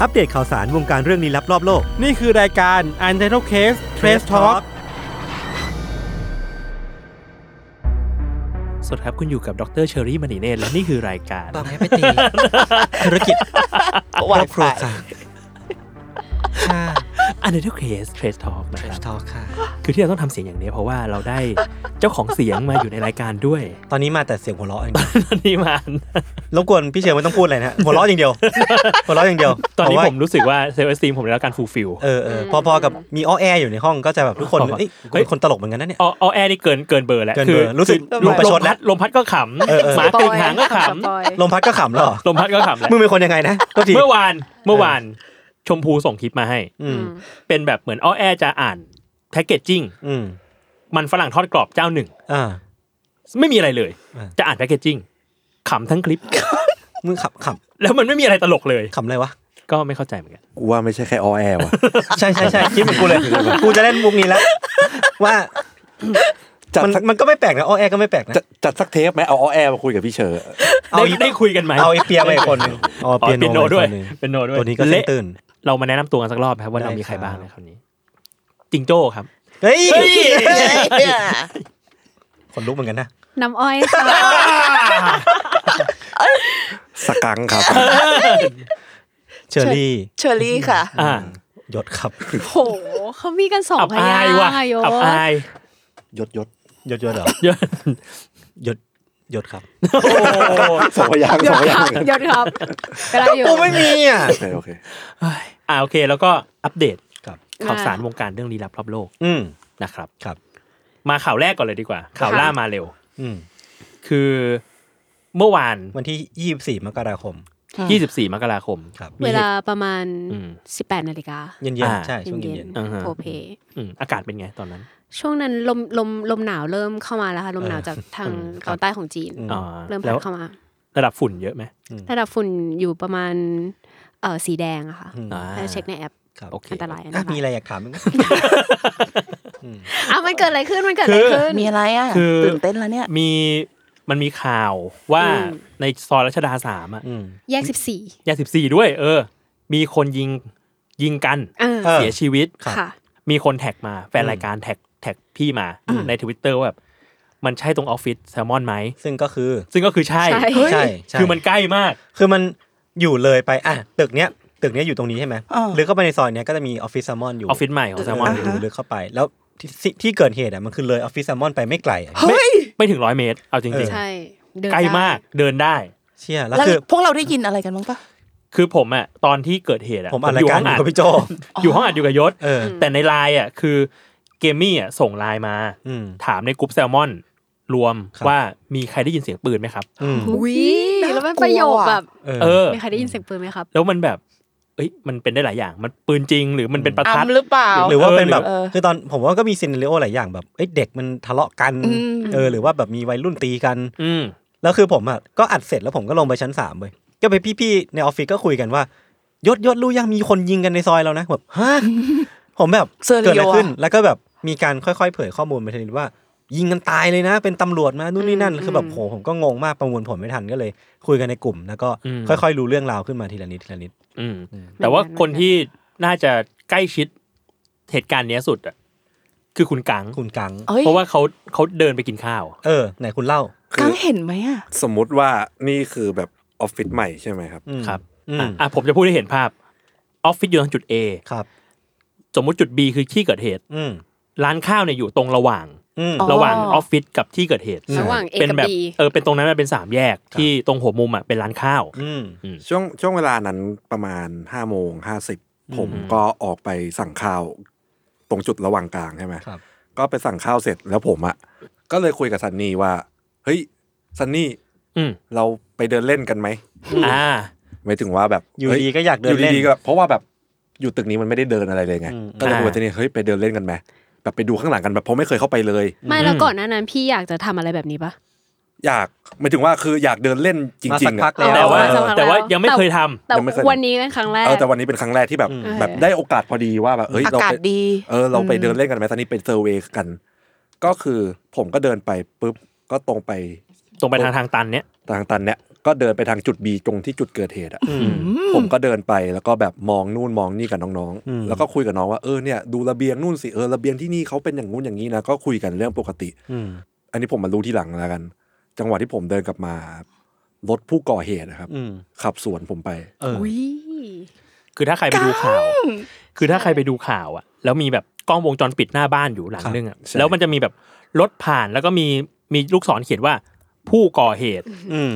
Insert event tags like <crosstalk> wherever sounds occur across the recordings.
อัปเดตข่าวสารวงการเรื่องลี้ลับรอบโลก นี่คือรายการ u n t i t l e d Case Trace Talk สวัสดีครับคุณอยู่กับดรเชอรี่มณีเนตรและนี่คือรายการ ตอนนี้ไป <laughs> ตี ธุรกิจครอบครัวจ้ะค่ะ u n t i t l e d Case Trace Talk นะค Trash รับ Talk ค่ะ คือที่เราต้องทำเสียงอย่างนี้เพราะว่าเราได้ <laughs> เจ้าของเสียงมาอยู่ในรายการด้วย <laughs> ตอนนี้มาแต่เสียงหัวเราะอย่างเดียว <laughs> ตอนนี้มัน <laughs> รบกวนพี่เชยร์ไม่ต้องพูดอะไรนะฮะหัวเราะอย่างเดียว หัวเราะอย่างเดียว ตอนนี้ เพราะว่า ผมรู้สึกว่าเซลล์เอสซีผมได้รับการฟูลฟิล เออเออพอๆกับมีอ้อแออยู่ในห้องก็จะแบบทุกคน พอๆ เอ้ย เฮ้ย คนตลกเหมือนกันนะเนี่ย ออแอร์นี่เกินเกินเบอร์แล้ว เกินเบอร์รู้สึก คือ ลมประชดแล้ว ลมพัดก็ข เออเอ ำ อ หมาตึงหางก็ข ลมพัดก็ขำแล้วเหรอ ำลมพัดก็ขำแล้ว มึงเป็นคนยังไงนะก็ที เมื่อวานเมื่อวานชมพูส่งคลิปมาให้ อืม เป็นแบบเหมือนออแอร์จะอ่านแพ็กเกจจิ้ง อืม มันฝรั่งทอดกรอบเจ้าหนึ่ง อ่า ไม่มีอะไรเลย อ่า จะอ่านแพคเกจจิ้งขำทั้งคลิป มึงขำข แล้วมันไม่มีอะไรตลกเลย ำขำอะไรวะ ก็ไม่เข้าใจเหมือนกัน กูว่าไม่ใช่แค่ออแอว่ะ ใช่ใช่ใช่คิดเหมือนกูเลยกูจะเล่นมุกนี้แล้ว ว่า จัด มัน สัก มันก็ไม่แปลกนะอ้อแอก็ไม่แปลกนะ จัดจัดสักเทปไหมเอาออแอมาคุยกับพี่เชอร์ ได้ อีก ได้คุยกันไหม เอาไอ้เปียไปอีกคนหนึงอ๋อ อ๋อ เปีย เปีย โน โนด้วย ไปคนหนึ่ง เปียโนด้วย ตัวนี้ก็เส้น เละ ตื่น เรามาแนะนำตัวกันสักรอบนะครับว่าเรา ได้ มีใคร ครับ บ้างในคราวนี้จิงโจ้ครับ เฮ้ยขนลุกเหมือนกันนะ น้ำอ้อยค่ะ สกังครับ เชอรี่ เชอรี่ค่ะ อ่าย ศครับ โหเขามีกันสอง อับ พ อาย าย งค์ ว่ะ อะโย อับอาย ยศยศ ยศยศ <laughs> เหรอ เยอะ ยศยศครับ สองพยางค์สองพ ค ยา รั ง บ ค์ ยศครับก็ได้อยู่ กูไม่มีอ่ะ โอเคโอเค อ่าโอเคแล้วก็อัปเดต ครับ ข่าวสารวงการเรื่องลี้ลับรอบโลก อืม นะครับ ครับ มาข่าวแรกก่อนเลยดีกว่า ข่าวล่ามาเร็ว อืม คือเมื่อวาน วันที่ยี่สิบสี่มกราคม 24 มกราคม ครับ มี เว หตุ ลาประมาณ อืม 18นาฬิกา เย็น อ่า ๆใช่ช่วงเย็น อ่าฮะ โพเพ อืมอากาศเป็นไงตอนนั้น ช่วงนั้นลมลมลมหนาวเริ่มเข้ามาแล้วค่ะ ลมหนาวจากทาง อืมครั ตอบ นใต้ของจีน ๆอืม อ่า เริ่ม แล้ พัด ว เข้ามา ระดับฝุ่นเยอะไหม ระดับฝุ่นอยู่ประมาณเออสีแดงอะค่ะ อืม อ่า แล้วเช็คในแอป ครับ โอเค อันตรายอันต อ่ะ ราย มีอะไรอยากถามไหม อ่ะมันเกิดอะไรขึ้นมันเกิดอะไรขึ้น มีอะไรอ่ะ คือ ตื่นเต้นแล้วเนี่ย มีมันมีข่าวว่า อืม ในซอยรัชดาสามอ่ะ อืม แยกสิบสี่ ยาสิบสี่ด้วย เออ มีคนยิงยิงกัน อ่า เออ เสียชีวิต ค่ะ มีคนแท็กมา แฟน อืม รายการแท็กแท็กพี่มาในทวิตเตอร์ว่าแบบมันใช่ตรงออฟฟิศแซลมอนไหม ซึ่งก็คือ ซึ่งก็คือใช่ ใช่ เฮ้ย ใช่ใช่ คือมันใกล้มาก คือมันอยู่เลยไปอ่ะตึกเนี้ยตึกเนี้ยอยู่ตรงนี้ใช่ไหม อ่า หรือเข้าไปในซอยเนี้ยก็จะมีออฟฟิศแซลมอนอยู่ ออฟฟิศใหม่ของแซลมอน เอออยู่ลึกเข้าไป แล้วที่ที่ที่เกิดเหตุอ่ะมันคือเลยออฟฟิศแซลมอนไปไม่ไกลอ่ะ เฮ้ย ไม่ถึงร้อยเมตร เอาจริง เออ ใช่เดิๆนใกล้มาก ได้ เดินได้ เชี่ยแล้ว แล้ว คือ พวกเราได้ยินอะไรกันบ้างปะ คือผมอ่ะตอนที่เกิดเหตุอ่ะ ผมอ่านรายการอยู่กับพี่โจ อยู่ห้องอัดอยู่กับยศ เออ แต่ในไลน์อ่ะคือเกมมี่อ่ะส่งไลน์มา อืม ถามในกลุ่มแซลมอน รวม ครับ ว่ามีใครได้ยินเสียงปืนไหมครับ อืม อุ้ยแล้วมันประโยคแบบ เออ เออ มีใครได้ยินเสียงปืนไหมครับ แล้วมันแบบเอ้ยมันเป็นได้หลายอย่าง มันปืนจริง หรือมันเป็นประ อั ทัด มหรือเปล่า หรือว่าเป็นแบบ เออ คือตอนผมว่าก็มีซีนเรีโอหลายอย่างแบบเอ้ยเด็กมันทะเลาะกัน อืม เออหรือว่าแบบมีวัยรุ่นตีกัน อืม แล้วคือผมอ่ะก็อัดเสร็จแล้วผมก็ลงไปชั้นสามเลยก็ไปพี่ๆในออฟฟิศก็คุยกันว่ายศยศรู้ยังมีคนยิงกันในซอยแล้วนะแบบฮะผมแบบ เซอร์เรี เกิ ยดลอะไรขึ้น อะ แล้วก็แบบมีการค่อยๆ เผยข้อมูลไปทีละนิดว่า ยิงกันตายเลยนะ เป็นตำรวจมานู่นนี่นั่น อืม คือแบบโหผมก็งงมากประมวลผลไม่ทันก็เลย คุยกันในกลุ่ม แล้วก็ อืม ค่อยๆรู้เรื่องราวขึ้นมาทีละนิดทีละนิด อืม แต่ว่าคนที่น่าจะใกล้ชิดเหตุการณ์เนี้ยสุดอ่ะคือคุณกัง คุณกัง ฮ้ย เพราะว่าเขาเขาเดินไปกินข้าว เออไหนคุณเล่า กังเห็นไหมอ่ะ สมมุติว่านี่คือแบบออฟฟิศใหม่ใช่ไหมครับ อืม ครับ อื อ่ะ ม อ่ะผมจะพูดให้เห็นภาพออฟฟิศอยู่ทางจุด A ครับ สมมุติจุด B คือที่เกิดเหตุ อืม ร้านข้าวเนี่ยอยู่ตรงระหว่าง อืม อ๋อ ระหว่างออฟฟิศกับที่เกิดเหตุ ระหว่าง A เป็น กับ แบบ B เออเป็นตรงนั้นมันเป็นสามแยกที่ตรงหัวมุมอ่ะเป็นร้านข้าว อืม ช่วงช่วงเวลานั้นประมาณห้าโมงห้าสิบผมก็ออกไปสั่งข้าว ตรงจุดระหว่างกลางใช่ไหม ครับ ก็ไปสั่งข้าวเสร็จแล้วผมอะก็เลยคุยกับซันนี่ว่า เฮ้ยซันนี่ อืม เราไปเดินเล่นกันไหม อ่า หมายถึงว่าแบบ อยู่ ฮ้ ดีก็อยากเดิ อน ยู่ เล่น ดีๆก็เพราะว่าแบบอยู่ตึกนี้มันไม่ได้เดินอะไรเลยไง อืม ก็เลยคุยกับ อ่า ซันนี่เฮ้ยไปเดินเล่นกันไหมแบบไปดูข้างหลังกันแบบเพราะไม่เคยเข้าไปเลย ไม่แล้ว อืม ก่อนหน้านั้นพี่อยากจะทำอะไรแบบนี้ปะ อยากหมายถึงว่าคืออยากเดินเล่นจ มา ริ สั ง ก ๆ พั อะ กแล้ว แต่ว่า เออสักพัก แต่ว่า ล้ ยังไม่เคยทำ แต่ ยังไม่เคยทำ วันนี้เป็นครั้งแรก เออแต่วันนี้เป็นครั้งแรกที่แบบ อืม แบบได้โอกาสพอดีว่าแบบเอ้ย อา เรา กาศ ไป ดี เออเราไปเดินเล่นกันไหมตอนนี้เป็นเซอร์เวย์กัน ก็คือผมก็เดินไปปุ๊บก็ตรงไป ตรงไปทางทางตันเนี้ย ทางตันเนี่ยก็เดินไปทางจุด B ตรงที่จุดเกิดเหตุอะ อืม ผมก็เดินไปแล้วก็แบบมองนู่นมองนี่กับน้อง อืม ๆ แล้วก็คุยกับน้องว่าเออเนี่ยดูระเบียงนู่นสิเออระเบียงที่นี่เขาเป็นอย่างงู้นอย่างนี้นะก็คุยกันเรื่องปกติ อืม อันนี้ผมมารู้ทีหลังแล้วกัน จังหวะที่ผมเดินกลับมารถผู้ก่อเหตุนะครับ อืม ขับสวนผมไป เออ อุ้ย คือถ้าใครไปดูข่าว คือถ้าใครไปดูข่าวอ่ะ แล้วมีแบบกล้องวงจรปิดหน้าบ้านอยู่หลังนึงอ่ะ ใช่ แล้วมันจะมีแบบรถผ่านแล้วก็มีมีลูกศรเขียนว่าผู้ก่อเหตุ อืม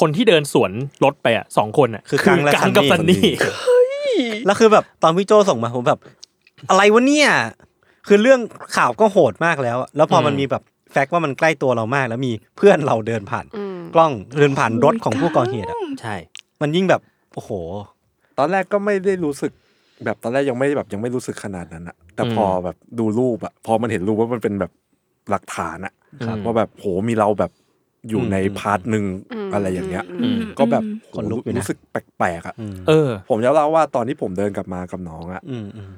คนที่เดินสวนรถไปอ่ะสองคนอ่ะ คือกังและ กังกับ ซั ซั น น นี่ นี่ แล้วคือแบบตอนพี่โจส่งมาผมแบบ อะไรวะเนี่ย คือเรื่องข่าวก็โหดมากแล้วอะแล้วพออ ม มันมีแบบแฟกต์ว่ามันใกล้ตัวเรามาก แล้วมีเพื่อนเราเดินผ่าน อืม กล้องเดินผ่านรถของผู้ก่อเหตุอ่ะ ใช่ มันยิ่งแบบโอ้โห ตอนแรกก็ไม่ได้รู้สึกแบบตอนแรกยังไม่แบบยังไม่รู้สึกขนาดนั้นอะแต่พออ ม แบบดูรูปอะพอมันเห็นรูปว่ามันเป็นแบบหลักฐานอะ ครับ ว่าแบบโหมีเราแบบอยู่ อืม ในพาร์ทหนึ่ง อืม อะไรอย่างเงี้ย อืม ก็แบบ ขนลุกอยู่นะ รู้สึกแปลกๆอะ อืม เออ ผมจะเล่าว่าตอนที่ผมเดินกลับมากับน้องอะ อืมอืม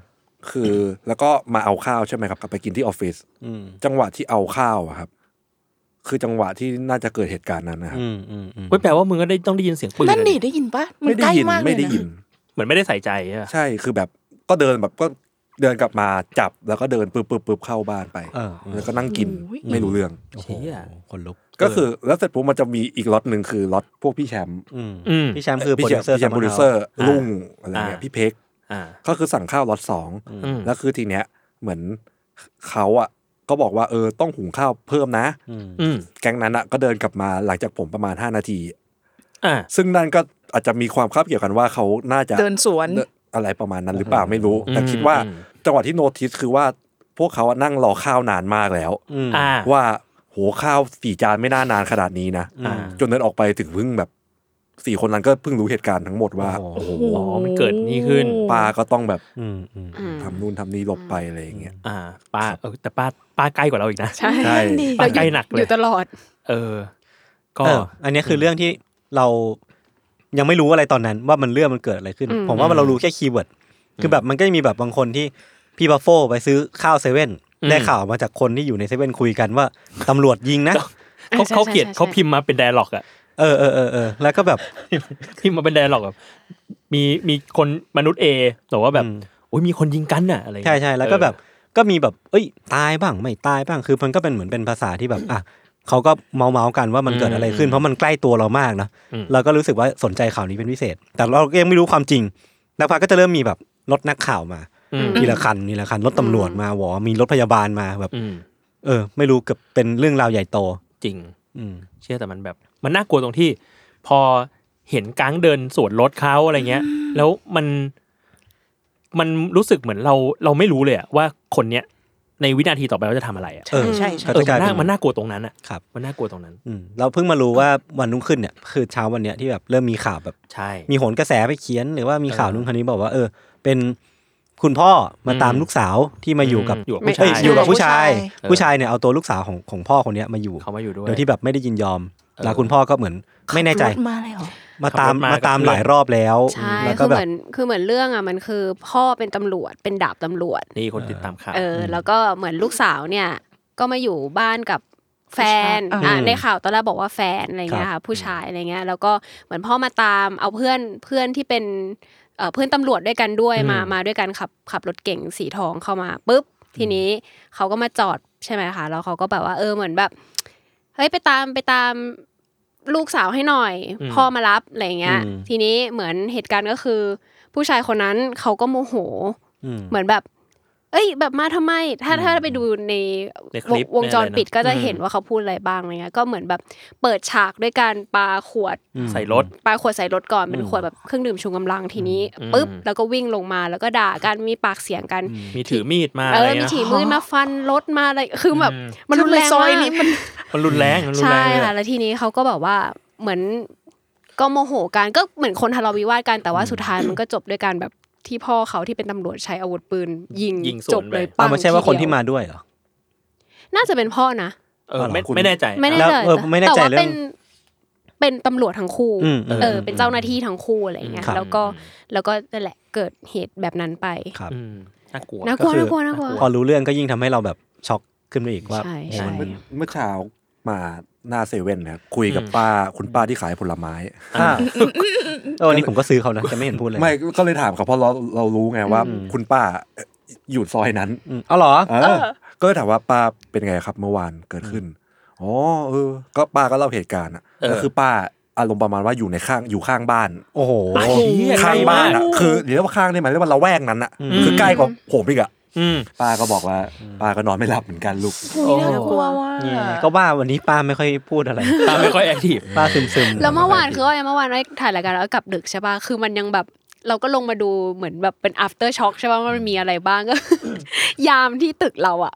คือแล้วก็มาเอาข้าวใช่ไหมครับกลับไปกินที่ออฟฟิศ อืม จังหวะที่เอาข้าวอะครับ คือจังหวะที่น่าจะเกิดเหตุการณ์นั้นนะครับ อืมอืมอืม เว้ยแปลว่ามึงก็ได้ต้องได้ยินเสียงปืน นั่นดิ อะดิ ได้ยินปะมัน ไม่ได้ ใกล้ ยิน มากเลยะ ไม่ได้ยิน เหมือนไม่ได้ใส่ใจอะ ใช่คือแบบก็เดินแบบก็เดินกลับมาจับแล้วก็เดินปึ๊บปึ๊บปึ๊บเข้าบ้านไป เออเออ แล้วก็นั่งกินไม่รู้เรื่อง โอ้โหขนลุก ก็คือแล้วเสร็จปุ๊บมันจะมีอีกล็อตหนึ่งคือล็อตพวกพี่แชมป์ อืม อืม พี่แชมป์คือโปร พี่ ดิ แช วเซอร์มป์พี่แชมป์โปรดิวเซอร์ อ่า ลุงอะไรเงี้ย อ่า พี่เพ็ก อ่า ก็คือสั่งข้าวล็อตสอง อืม แล้วคือทีเนี้ยเหมือนเขาอ่ะก็บอกว่าเออต้องหุงข้าวเพิ่มนะ อืม อืม แก๊งนั้นอ่ะก็เดินกลับมาหลังจากผมประมาณ 5 นาที อ่า ซึ่งนั่นก็อาจจะมีความคาบเกี่ยวกันว่าเขาน่าจะ เดินสวน เอ่ออะไรประมาณนั้นหรือเปล่าไม่รู้ อืม แต่คิดว่า อืม จังหวะที่โนติสคือว่าพวกเขาอะนั่งรอข้าวนานมากแล้ว อืม อ่า ว่าโหข้าวสี่จานไม่น่านานขนาดนี้นะ อ่า จนเดินออกไปถึงเพิ่งแบบสี่คนนั้นก็เพิ่งรู้เหตุการณ์ทั้งหมดว่า โอ้โห อ๋อมันเกิดนี่ขึ้น ป้าก็ต้องแบบ อืมอืม อืม ทำนู่นทำนี่หลบไปอะไรอย่างเงี้ย อ่าป้าเออแต่ป้าป้าใกล้กว่าเราอีกนะ ใช่ ใช่ ป้าใกล้หนัก อ เลย ยู่ตลอด เออ ก็ เอออันเนี้ยคือเรื่องที่เรายังไม่รู้อะไรตอนนั้นว่ามันเรื่องมันเกิดอะไรขึ้น อืม ผมว่าเรารู้แค่คีย์เวิร์ดคือแบบมันก็จะมีแบบบางคนที่พี่บัฟโฟไปซื้อข้าวเซเว่น อืม ได้ข่าวมาจากคนที่อยู่ในเซเว่นคุยกันว่าตำรวจยิงนะ เขา ใช่ เขา ใช่ เขียน ใช่ เขาพิมพ์มาเป็นไดร์ล็อกอะ เออเออเออเออแล้วก็แบบ พิมพ์มาเป็นไดร์ล็อกแบบมีมีคนมนุษย์เอแต่ว่าแบบ อืม โอ้ยมีคนยิงกันน่ะอะไร ใช่ใช่แล้วก็แบบก็มีแบบ เอ้ย ตายบ้างไม่ตายบ้างคือมันก็เป็นเหมือนเป็นภาษาที่แบบอ่ะเขาก็เมาเมาๆกันว่ามันเกิดอะไรขึ้น เพราะมันใกล้ตัวเรามากเนอะเราก็รู้สึกว่าสนใจข่าวนี้เป็นพิเศษ แต่เราก็ยังไม่รู้ความจริงนักพากย์ก็จะเริ่มมีแบบรถนักข่าวมา อืม ทีละคันทีละคันรถตำรวจมาหวอมีรถพยาบาลมาแบบ อืม เออ ไม่รู้เกือบเป็นเรื่องราวใหญ่โต จริง อืม เชื่อแต่มันแบบ มันน่ากลัวตรงที่ พอเห็นก้างเดินสวนรถเขาอะไรเงี้ย แล้วมันมันรู้สึกเหมือนเราเราไม่รู้เลยอะว่าคนเนี้ยในวินาทีต่อไปเขาจะทำอะไรอะ เออ ใช่ใช่ เอ ก็ อ จะกลาย มัเป็นน่าน มันน่ากลัวตรงนั้นอะ ครับ มันน่ากลัวตรงนั้น อืมเราเพิ่งมารู้ว่าวันรุ่งขึ้นเนี่ยคือเช้าวันเนี้ยที่แบบเริ่มมีข่าวแบบ ใช่ มีโหนกระแสไปเขียนหรือว่ามีข่าว เออ นู้นคนนี้บอกว่า เออ เป็นคุณพ่อมาตาม อืม ลูกสาวที่มาอยู่กับ อยู่กับผู้ เอ้ย ชาย อยู่กับผู้ชาย เออ ผู้ชายเนี่ยเอาตัวลูกสาวของของพ่อคนเนี้ยมาอยู่ เขามาอยู่ด้วย โดยที่แบบไม่ได้ยินยอม เออ แล้วคุณพ่อก็เหมือน ไม่แน่ใจ ขับรถมาเลยเหรอ มาตาม ขับรถมามากับ ตาม เพื่อน หลายรอบแล้ว ใช่ แล้ว คื ก็ อ แบบเหมือนคือเหมือนเรื่องอ่ะมันคือพ่อเป็นตำรวจเป็นดาบตำรวจ นี่คนติดตามข่าว เออแล้วก็เหมือนลูกสาวเนี่ยก็มาอยู่บ้านกับแฟน ผู้ชาย อ่ะ อืม ในข่าวตอนแรกบอกว่าแฟนอะไรเงี้ยค่ะผู้ชายอะไรเงี้ยแล้วก็เหมือนพ่อมาตามเอาเพื่อนเพื่อนที่เป็นเอ่อเพื่อนตำรวจด้วยกันด้วย อืม มามาด้วยกันขับขับรถเก๋งสีทองเข้ามาปุ๊บทีนี้เขาก็มาจอดใช่ไหมคะแล้วเขาก็แบบว่าเออเหมือนแบบเฮ้ยไปตามไปตามลูกสาวให้หน่อย พ่อมารับอะไรเงี้ย อืม ทีนี้เหมือนเหตุการณ์ก็คือ ผู้ชายคนนั้นเขาก็โมโห อืม เหมือนแบบ เอ้ย แบบมาทำไม ถ้าถ้าไปดูใน ในคลิป วงจรปิด ในอะไรนะ ก็จะเห็น อืม ว่าเขาพูดอะไรบ้างอะไรเงี้ยก็เหมือนแบบเปิดฉากด้วยการปาขวด ใส่รถ ปาขวดใส่รถก่อนเป็น อืม ขวดแบบเครื่องดื่มชูกำลังทีนี้ อืม ปุ๊บแล้วก็วิ่งลงมาแล้วก็ด่ากันมีปากเสียงกัน มีถือมีดมา เอ อะไร อมี เงี้ย ถีบมือมาฟันรถมาอะไรคือแบบ อืม มันรุนแรง ทำไมซอย มาก นี้มัน มันรุนแรงมันรุนแร ใช่ งเลย ค่ะ อะ แล้วทีนี้เขาก็แบบว่าเหมือนก็โมโหกันก็เหมือนคนทะเลาะวิวาทกันแต่ว่าสุดท้ายมันก็จบด้วยการแบบที่พ่อเขาที่เป็นตำรวจใช้อาวุธปืน ยิง ยิงสวน จบเลย ไป ปั เอา ง ไม่ใช่ว่าคน เดีย ที่มาด้วยเหรอ น่าจะเป็นพ่อนะ เออไม่ เอาเหรอคุณ ไม่แน่ใจ ไม่แน่ แล้ว ใจ เออไม่แน่ใจ แต่ว่า เรื่อง เป็นเป็นตำรวจทั้งคู่ อืมอืม เออเป็นเจ้าหน้าที่ทั้งคู่อะไรอย่างเงี้ย ครับ แล้วก็แล้วก็นั่นแหละเกิดเหตุแบบนั้นไป ครับ อืมน่ากลัว น่ากลัว ก็คือ น่ากลัวน่ากลัว พอรู้เรื่องก็ยิ่งทำให้เราแบบช็อกขึ้นไปอีกว่า ใช่ โอ้ ใช่ มันเป็น เมื่อเช้ามาหน้าเซเว่นนะครับคุยกับ อืม ป้าคุณป้าที่ขายผลไม้ อ่าเออวันนี้ผมก็ซื้อเขานะจะไม่เห็นพูดเลย ไม่ก็เลยถามเขาเพราะเราเรารู้ไงว่า อืม คุณป้าเอ่ออยู่ซอยนั้น อืมเอาเหรอ เออ ก็เลยถามว่าป้าเป็นไงครับเมื่อวานเกิดขึ้นอ๋อเออ ก็ป้าก็เล่าเหตุการณ์อะ เออ ก็คือป้าอารมณ์ประมาณว่าอยู่ในข้างอยู่ข้างบ้าน โอ้โห ข้างบ้านอะ ใกล้มาก คือเรียกว่าข้างได้ไหมเรียกว่าละแวกนั้นอะ อืม คือใกล้กว่าผมอีกอะ อืม ป้าก็บอกว่าป้าก็นอนไม่หลับเหมือนกันลูก โอ้ยน่ากลัวว่ะ เนี่ยก็ว่าวันนี้ป้าไม่ค่อยพูดอะไร ตาไม่ค่อยแอคทีฟ ป้าซึมซึม แล้วเมื่อวานคือว่าเมื่อวานไอ้ถ่ายรายการแล้วก็กลับดึกใช่ป่ะ คือมันยังแบบเราก็ลงมาดูเหมือนแบบเป็น after shock ใช่ป่ะว่ามันมีอะไรบ้างก็ <laughs> ยามที่ตึกเราอ่ะ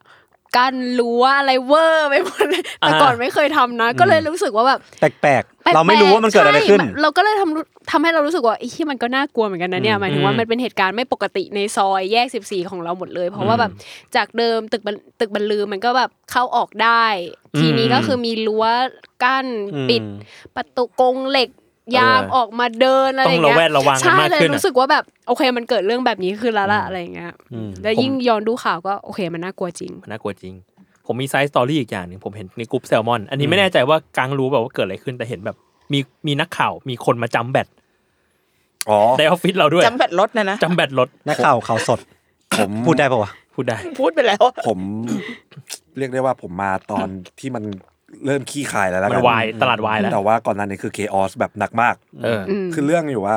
กันรั้วอะไรเวอร์ไปหมดเลยแต่ อ่า ก่อนไม่เคยทำนะ ก็เลยรู้สึกว่าแบบ แปลก แปล ๆ กๆ เราไม่รู้ว่ามันเกิดอะไร ใช่ ขึ้น เราก็เลยทำรู้ทำให้เรารู้สึกว่าไอ้ที่มันก็น่ากลัวเหมือนกันนะเนี่ยหมายถึงว่ามันเป็นเหตุการณ์ไม่ปกติในซอยแยก 14 ของเราหมดเลย เพราะว่าแบบจากเดิมตึกบันตึกบรรลือมันก็แบบเข้าออกได้ ทีนี้ก็คือมีรั้วกั้นปิด ประตูกรงเหล็กยาง เออ ออกมาเดินอะไรอย่างเงี้ย ต้องระแวดระวังกัน ใช่ มาก เลย ขึ้นอะ รู้สึกว่าแบบโอเคมันเกิดเรื่องแบบนี้ขึ้นแล้วล่ะอะไรอย่างเงี้ย อืม แล้วยิ่งย้อนดูข่าวก็โอเคมันน่ากลัวจริง มันน่ากลัวจริง ผมมีไซส์สตอรี่อีกอย่างหนึ่งผมเห็นในกลุ่มแซลมอน อันนี้ไม่แน่ใจว่ากลางรู้แบบว่าเกิดอะไรขึ้นแต่เห็นแบบ มีมีนักข่าวมีคนมาจำแบต อ๋อ ในออฟฟิศเราด้วย จำแบตรถนะนะ จำแบตรถ นักข่าวข่าวสด ผม พูดได้ปะวะ พูดได้ พูดไปแล้ว ผม เรียกได้ว่าผมมาตอนที่มันเริ่มขี้คายแล้วแล้ว มันวายตลาดวายแล้ว แต่ว่าก่อนหนั้นนี่คือเคออสแบบหนักมาก เออ ม คือเรื่องอยู่ว่า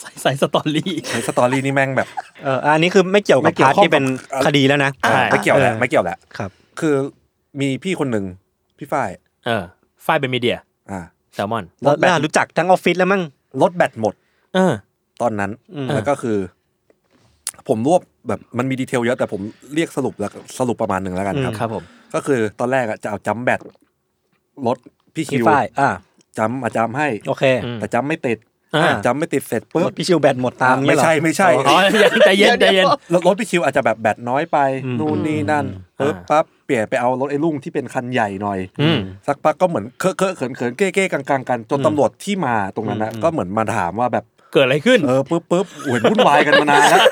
ไซส์ไซส์สตอรี่ ในสตอรี่นี่แม่งแบบ เอออันนี้คือไม่เกี่ยว ไม่ กับพาร์ทที่เป็น อ่อ คดีแล้วนะ อ่ะ ใช่ ไม่เกี่ยวแหละ เออ ไม่เกี่ยวแหละ ครับ คือมีพี่คนหนึ่งพี่ฝ้าย เออฝ้ายเป็นมีเดีย อ่ะ แซลมอน แล้วน่ารู้จักทั้งออฟฟิศแล้วมั้ง รถแบตหมด เออ ตอนนั้น อืม แล้วก็คือ ผมรวบแบบมันมีดีเทลเยอะแต่ผมเรียกสรุปแล้วสรุปประมาณหนึ่งแล้วกันครับ ครับผม ก็คือตอนแรกอะจะเอาจัมแบตรถพี่ พี่ คิว ฝ้ายอ่า จัมมาจัมให้ โอเค อืม แต่จัมไม่ติด อ่า จัมไม่ติดเสร็จ หม ปุ๊บ ดพี่ชิวแบตหมดตาม ไม่ เงี้ยเหรอ ใช่ไม่ใช่ อ๋อ <laughs> ใจเย็นใจเย็น รถรถพี่คิวอาจจะแบบแบตน้อยไป อืม นู่นนี่นั่นปุ๊บ อ่า ปั๊บเปลี่ยนไปเอารถไอ้ลุงที่เป็นคันใหญ่หน่อย อืม สักพักก็เหมือนเคอะเคอะเขินเขินเก้เก้กังกังกันจนตำรวจที่มาตรงนั้นนะก็เหมือนมาถามว่าแบบ เกิดอะไรขึ้น เออปุ๊บปุ๊บโอ้ยวุ่นวายกันมานานแล้ว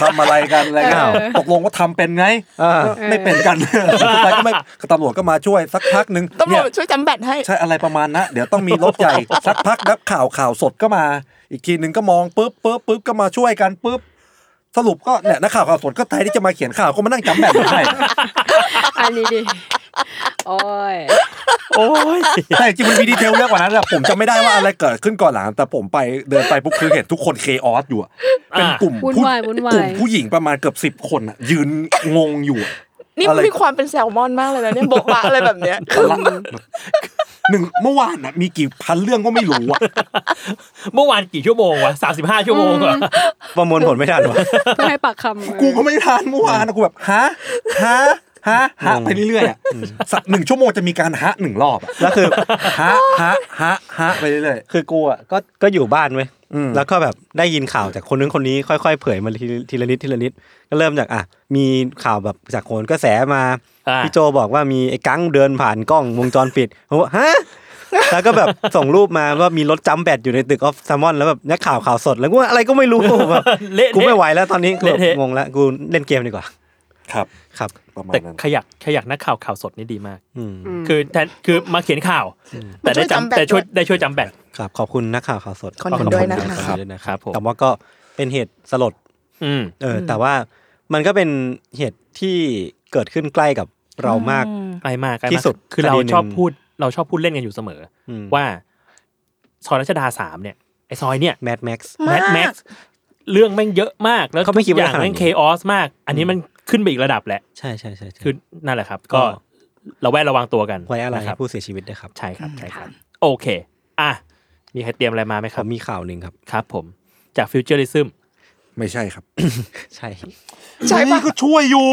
ทำอะไรกันอะไรกัน เออ ตกลงว่าทำเป็นไง เออ เออไม่เป็นกัน <laughs> สุดท้ายก็ไม่ตำรวจก็มาช่วยสักพักหนึ่ง ตำร เนี่ วย จช่วยจำแบตให้ ใช่อะไรประมาณนะเดี๋ยวต้องมีรถ <laughs> ใหญ่ สักพักนักข่าวข่าวสดก็มา อีกทีหนึ่งก็มองปุ๊บปุ๊บปุ๊บก็มาช่วยกันปุ๊บสรุปก็เนี่ยนักข่าวข่าวสดก็แทนที่จะมาเขียนข่าวก็มานั่งจำแบบใช่ อันนี้ดิโอ้ย โอ้ย ใช่จริงมันมีดีเทลเยอะกว่านั้นแหละผมจำไม่ได้ว่าอะไรเกิดขึ้นก่อนหลัง แต่ผมไปเดินไปปุ๊บคือเห็นทุกคนเคออสอยู่อะเป็นกลุ่ม วุ่น ผู้ วายวุ่นวาก ลุ่ ย มผู้หญิงประมาณเกือบสิบคนอะยืนงงอยู่อะ นี่ อะไร มันมีความเป็นแซลมอนมากเลยนะเนี่ยโบะบะอะไรแบบเนี้ย ตลาด <laughs> หนึ่งเมื่อวานน่ะมีกี่พันเรื่องก็ไม่รู้อะ เมื่อวานกี่ชั่วโมงวะสามสิบห้าชั่วโมงเหรอ ประมวลผลไม่ทันวะ เพื่อให้ปากคำ กูก็ไม่ทานเมื่อวานนะกูแบบฮะฮะฮะฮะ งง ไปเรื่อยๆอะสักหนึ่งชั่วโมงจะมีการฮะหนึ่งรอบอะ แล้วคือ ฮะฮะฮะฮะไปเรื่อย คือกูอ่ะก็ก็อยู่บ้านเว้ย อืม แล้วก็แบบได้ยินข่าวจากคนนึงคนนี้ค่อยๆ เผยมาทีทีละนิดทีละนิดก็เริ่มจากอ่ะมีข่าวแบบจากโขนกระแสมา อ่ะ พี่โจบอกว่ามีไอ้กังเดินผ่านกล้องวงจรปิดผมว่าฮะแล้วก็แบบส่งรูปมาว่ามีรถจัมป์แบตอยู่ในตึกออฟซามอนแล้วแบบนักข่าวข่าวสดแล้วกูว่าอะไรก็ไม่รู้แบบ เละเทะ กูไม่ไหวแล้วตอนนี้กูแบบ เละเทะ งงแล้วกูเล่นเกมดีกว่า ๆครับ ครับ ประมาณ แต่ นั้น ขยักขยักนักข่าวข่าวสดนี่ดีมาก อืม ม คือแทนคือมาเขียนข่าว แต่ได้ มันช่วยจำ จำ แบต แต่ช่วย ด้วย ได้ช่วยจำแบต ครับขอบคุณนักข่าวข่าวสด ขอบคุณด้วยนะคะ ขอบณด้วยนะครับ ผม แต่ว่าก็เป็นเหตุสลด อืม เออแต่ว่ามันก็เป็นเหตุที่เกิดขึ้นใกล้กับเรามาก ไกลมากไกลมาก ที่สุด คือ คดี เรา หนึ่ง ชอบพูด เราชอบพูดเล่นกันอยู่เสมออ ม ว่าซอยรัชดาสามเนี่ยไอซอยเนี่ย แมดแม็กซ์ แมทแม็กเรื่องแม่งเยอะมากแล้ว เขาไม่คิด ทุกอ ว่า ย่าง ขนาด แม่ง นี้ เคออสมาก อันนี้มัน ขึ้นไปอีกระดับแหละ ใช่ใช่ใช่ใช่ คือนั่นแหละครับ ก็ ก็ เราแวดระวังตัวกัน ไว้อะไร นค ให้ รับ ผู้เสียชีวิตด้วยครับ ใช่ครับใช่ครับ โอเค อ่ะ มีใครเตรียมอะไรมาไหมค ผ รับ มมีข่าวหนึ่งครับ ครับผมจากฟิวเจอริซึม ไม่ใช่ครับ ใช่ ใช่ปะ ก็ช่วยอยู่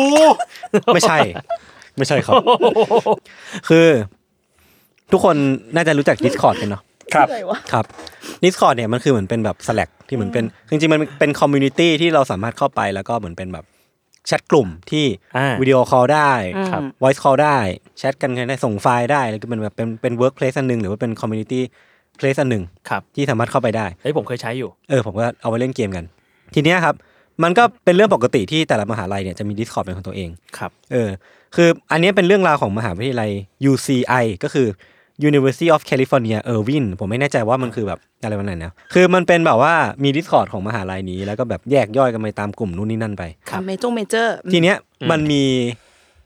ไม่ใช่ <laughs> ไม่ใช่ครับ คือ ทุกคนน่าจะรู้จัก Discord กันเนาะ ครับ อะไรวะ ครับ Discord เนี่ยมันคือเหมือนเป็นแบบ Slack ที่เหมือนเป็นจริงๆมันเป็นคอมมูนิตี้ที่เราสามารถเข้าไปแล้วก็เหมือนเป็นแบบแชทกลุ่มที่ อ่า วิดีโอคอลได้ ครับ voice call ได้ แชทกันได้ส่งไฟล์ได้แล้วก็เป็นแบบเป็นเป็น workplace อันหนึ่งหรือว่าเป็น community place อันหนึ่ง ครับ ที่สามารถเข้าไปได้ เฮ้ยผมเคยใช้อยู่ เออผมก็เอาไปเล่นเกมกัน ทีเนี้ยครับ มันก็เป็นเรื่องปกติที่แต่ละมหาลัยเนี่ยจะมี Discord เป็นของตัวเอง ครับ เออ คืออันเนี้ยเป็นเรื่องราวของมหาวิทยาลัย UCI ก็คือ University of California Irvine ผมไม่แน่ใจว่ามันคือแบบอะไรวันไหนนะ คือมันเป็นแบบว่ามี Discord ของมหาลัยนี้ แล้วก็แบบแยกย่อยกันไปตามกลุ่มนู่นนี่นั่นไป ครับ เมจงเมเจอร์ ทีเนี้ย อืม มันมี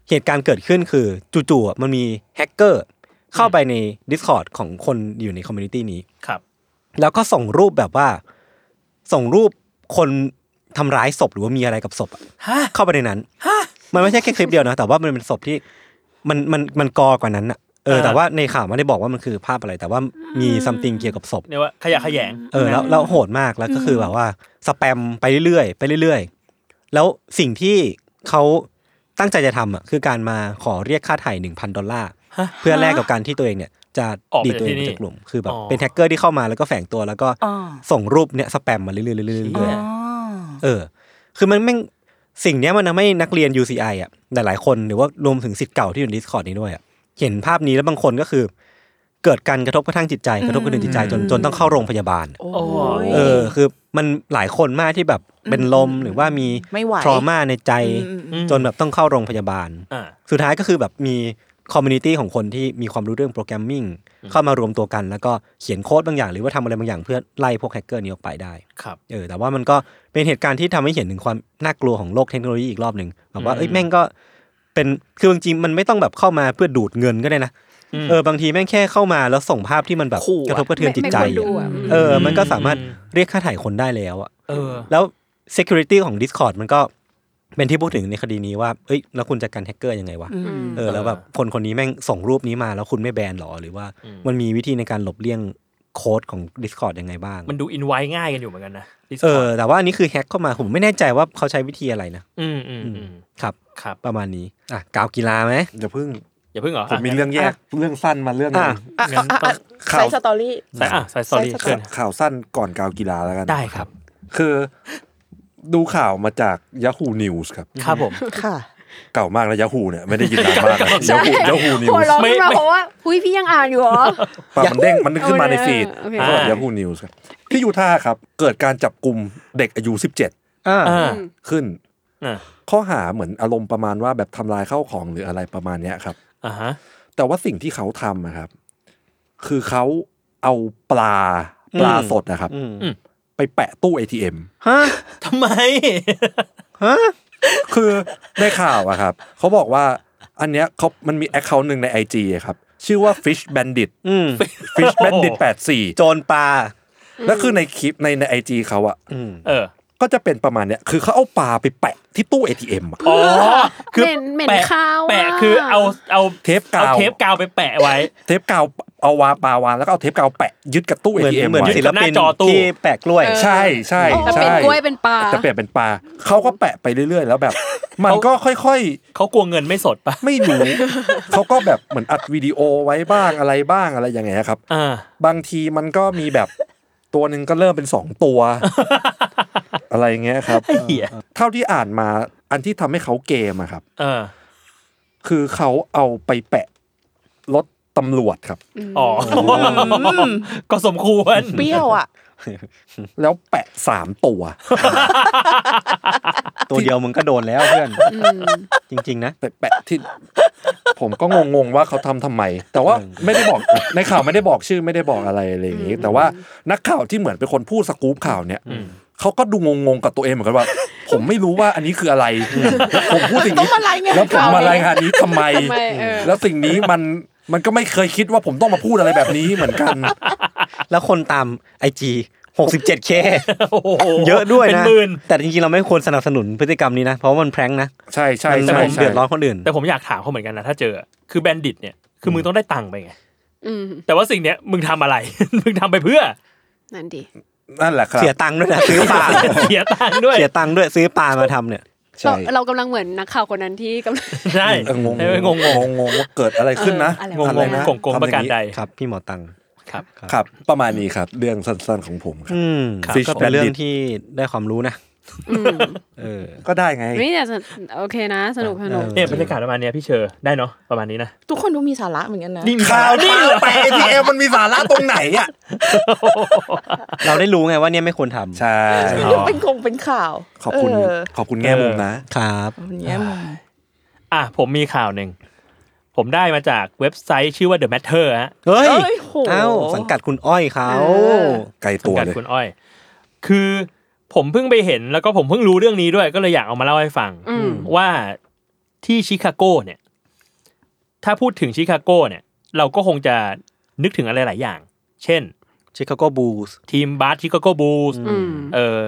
เหตุการณ์เกิดขึ้นคือจู่ๆอ่ะมันมีแฮกเกอร์เข้าไปใน Discord ของคนอยู่ในคอมมูนิตี้นี้ ครับ แล้วก็ส่งรูปแบบว่า ส่งรูปคนทำร้ายศพหรือว่ามีอะไรกับศพอะเข้าไปในนั้นมันไม่ใช่แค่คลิปเดียวนะแต่ว่ามันเป็นศพที่มันมันมันกอกว่านั้นอะเออ อ่า แต่ว่าในข่าวไม่ได้บอกว่ามันคือภาพอะไร แต่ว่ามีซัมติงเกี่ยวกับศพ เนี่ยว่าขยะแขยง เออแล้วแล้วโหดมากแล้วก็คือแบบว่าสแปมไปเรื่อยๆไปเรื่อยๆ แล้วสิ่งที่เขาตั้งใจจะทำอ่ะคือการมาขอเรียกค่าไถ่หนึ่งพันดอลลาร์ ฮะ เพื่อแลกกับการที่ตัวเองเนี่ยจะ ออกดีไปดตัวเอง จากออกที่นี่ จากกลุ่มคือแบบ อ๋อ เป็นแฮกเกอร์ที่เข้ามาแล้วก็แฝงตัวแล้วก็ อ๋อ ส่งรูปเนี่ยสแปมมาเรื่อยๆเรื่อยๆ อ๋อ เรื่อยๆเออ คือมันแม่งสิ่งเนี้ยมันทำให้นักเรียน UCI อ่ะหลายๆคนหรือว่ารวมถึงสิทธิ์เก่าที่อยู่ใน Discord นี้ด้วยอ่ะเห็นภาพนี้แล้วบางคนก็คือ เกิดการกระทบกระทั่งจิตใจกระทบกระเทือนจิตใจจนจนต้องเข้าโรงพยาบาล โอ้ โอ้โห ย เออคือมันหลายคนมากที่แบบเป็นลมหรือว่ามี ไม่ไหว ทรมาในใจ อืม อืม จนแบบต้องเข้าโรงพยาบาล อ่า สุดท้ายก็คือแบบมีคอมมูนิตี้ของคนที่มีความรู้เรื่องโปรแกรมมิ่งเข้ามารวมตัวกัน แล้วก็เขียนโค้ดบางอย่าง หรือว่าทำอะไรบางอย่างเพื่อไล่พวกแฮกเกอร์นี้ออกไปได้ ครับ เออแต่ว่ามันก็เป็นเหตุการณ์ที่ทำให้เห็นถึงความน่ากลัวของโลกเทคโนโลยีอีกรอบหนึ่งแบบว่าเอ้ยแม่งก็เป็นคือจริงๆมันไม่ต้องแบบเข้ามาเพื่อดูดเงินก็ได้นะ อืม เออบางทีแม่งแค่เข้ามาแล้วส่งภาพที่มันแบบ ขู่อะ กระทบกระเทือนจิตใจ ไม่ควรดู อะ อะ เออ มันก็สามารถเรียกค่าถ่ายคนได้แล้วอะ เออ แล้ว security ของ Discord มันก็เป็นที่พูดถึงในคดีนี้ว่า เอ้ย แล้วคุณจะกันแฮกเกอร์ยังไงวะ อืม เออ แล้วแบบคนคนนี้แม่งส่งรูปนี้มาแล้วคุณไม่แบนหรอ หรือว่า อืม มันมีวิธีในการหลบเลี่ยงโค้ดของ Discord ยังไงบ้าง มันดูอินไวง่ายกันอยู่เหมือนกันนะ เออ Discord แต่ว่าอันนี้คือแฮกเข้ามาผมไม่แน่ใจว่าเขาใช้วิธีอะไรนะ อืมอืมอืม ครับ ครับ ประมาณนี้ อ่ะกล่าวกีฬาไหม อย่าเพิ่ง อย่าเพิ่งเหรอ ผมมีเรื่องแยกเรื่องสั้นมาเรื่องหนึง อ่ะ อ่ะ งั้น อ่ะ ต้อ อ่ะ ง ข่า ใส่ ว สตอรี่ ใส่อ่ะใส่สตอรี่ ใส่ เชิญ ข่าวสั้นก่อนกาวกีฬาแล้วกัน ได้ครับ คือดูข่าวมาจาก Yahoo News ครับ ครับผม ค่ะ เก่ามากแล้ว Yahoo เนี่ยไม่ได้ยินนานมาก Yahoo Yahoo หัว News เราะขึ้นไม่มาเพราะว่าหุยพี่ยังอ่านอยู่เหรอ ป่ะมันเด้งมันขึ้นมาในฟีด โอเค ก็ Yahoo News ครับที่ยูทาห์ครับ เกิดการจับกลุ่มเด็กอายุ 17 อ่า อ่า ขึ้น อ่า ข้อหาเหมือนอารมณ์ประมาณว่าแบบทำลายข้าวของหรืออะไรประมาณเนี้ยครับ อ่าฮะ แต่ว่าสิ่งที่เขาทำนะครับ คือเขาเอาปลาปลา อืม สดนะครับ อืม อืม ไปแปะตู้ ATM ฮะ ทำไม ฮะ คือในข่าวอะครับ เขาบอกว่าอันเนี้ยเขามันมีแอคเคาท์หนึ่งใน IG อะครับ ชื่อว่า Fish Bandit อืม Fish โอ้โห Bandit โจรปลา 84 แล้วคือในคลิปในในไอจีเขาอะ อืม เออ ก็จะเป็นประมาณเนี้ยคือเขาเอาปลาไปแปะที่ตู้ ATM อะ อ๋อ เหม็นเหม็น แปะ คาวอะ แปะคือเอาเอา เทปกาว อเทปกาวไปแปะไว้ เทปกาวเอาวาปลาวางแล้วก็เอาเทปกาวแปะยึดกับตู้ เหมือน ATM เหมือน ไว้ ศิลปิน หน้าจอตู้ ที่แปะกล้วย ใช่ใช่ แต่ ใช่ เป็นกล้วยเป็นปลา แต่เปลี่ยนเป็นปลาเขาก็แปะไปเรื่อย <laughs> ๆแล้วแบบ มันก็ค่อยๆ <laughs> เขากลัวเงินไม่สดปะ ไม่รู้ <laughs> เขาก็แบบเหมือนอัดวิดีโอไว้บ้างอะไรบ้างอะไรอย่างเงี้ยครับ อ่า บางทีมันก็มีแบบตัวหนึ่งก็เริ่มเป็นสองตัว อะไรอย่างเงี้ยครับ ไอ้เหี้ย เท่าที่อ่านมาอันที่ทำให้เขาเกมอะครับ เออ คือเขาเอาไปแปะรถตำรวจครับ อ๋อก็สมควร เปรี้ยวอ่ะ แล้วแปะสามตัว ตัวเดียวมึงก็โดนแล้วเพื่อน จริง ๆ นะ ไปแปะที่ ผมก็งงๆว่าเขาทำทำไม แต่ว่าไม่ได้บอกในข่าวไม่ได้บอกชื่อไม่ได้บอกอะไรอะไรอย่างนี้ แต่ว่านักข่าวที่เหมือนเป็นคนพูดสกู๊ปข่าวเนี่ยเขาก็ดูงงๆกับตัวเองเหมือนกันว่า ผมไม่รู้ว่าอันนี้คืออะไร ผมพูดสิ่งต้นี้องมารายงาน แล้วผม ข่าว มารายงานนี้ทำไม ทำไมเออ แล้วสิ่งนี้มันมันก็ไม่เคยคิดว่าผมต้องมาพูดอะไรแบบนี้เหมือนกัน แล้วคนตามไอจีโห หกสิบเจ็ดเค โอ้โห เยอะด้วย เป็น นะ หมื่น แต่จริงๆเราไม่ควรสนับสนุนพฤติกรรมนี้นะ เพราะมันแพร้งนะ ใช่ใช่ มัน ใช่ มัน ใช่ เดือดร้อนคนอื่น แต่ผมอยากถามเขาเหมือนกันนะถ้าเจอคือแบนดิตเนี่ยคือมึงต้องได้ตังค์ไปไง อืม แต่ว่าสิ่งเนี้ยมึงทำอะไร <laughs> มึงทำไปเพื่อ <laughs> นั่นดี นั่นแหละครับ เสียตังค์ด้วยนะซื้อปลา เสียตังค์ด้วย เสียตังค์ด้วยซื้อปลามาทำเนี่ย เรา ใช่ เรากำลังเหมือนนักข่าวคนนั้นที่กำลัง ใช่ เอองง ใช่ไหมงง งงงงว่าเกิดอะไรขึ้นนะ เอออะงงงไรวอะไรง นะ กงกง ทำ ป อ ระ ย่ การ งนี้ ใด ครับ พี่หมอตังค์ ครับ ครับ ประมาณนี้ครับ เรื่องสั้นๆของผมครับ อืม ครับ ก็เป็นเรื่องที่ได้ความรู้นะ อืม เออ ก็ได้ไง นี่แต่สนโอเคนะ สนุกสนุก เนี่ยบรรยากาศประมาณเนี้ยพี่เชอร์ได้เนาะประมาณนี้นะ ทุกคนดูมีสาระเหมือนกันนะ นี่มี ข่าว นี่ นี่ไปเอทีเอมันมีสาระตรงไหนอ่ะ เราได้รู้ไงว่าเนี่ยไม่ควรทำ ใช่ อ๋อ เป็นคงเป็นข่าว ขอบคุณ เ ขอบคุณแง่มุมนะ ครับ มันแย่มาก อ่ะผมมีข่าวหนึ่ง ผมได้มาจากเว็บไซต์ชื่อว่า The Matter ฮะ เฮ้ย เอ้ยโห เอ้าสังกัดคุณอ้อยเขา เออ ไกลตัว กัด เลย คุณอ้อย คือผมเพิ่งไปเห็นแล้วก็ผมเพิ่งรู้เรื่องนี้ด้วย ก็เลยอยากเอามาเล่าให้ฟัง อืม ว่าที่ชิคาโกเนี่ย ถ้าพูดถึงชิคาโกเนี่ย เราก็คงจะนึกถึงอะไรหลายอย่าง เช่น ชิคาโกบูลส์ ทีมบาสชิคาโกบูลส์ อืม เออ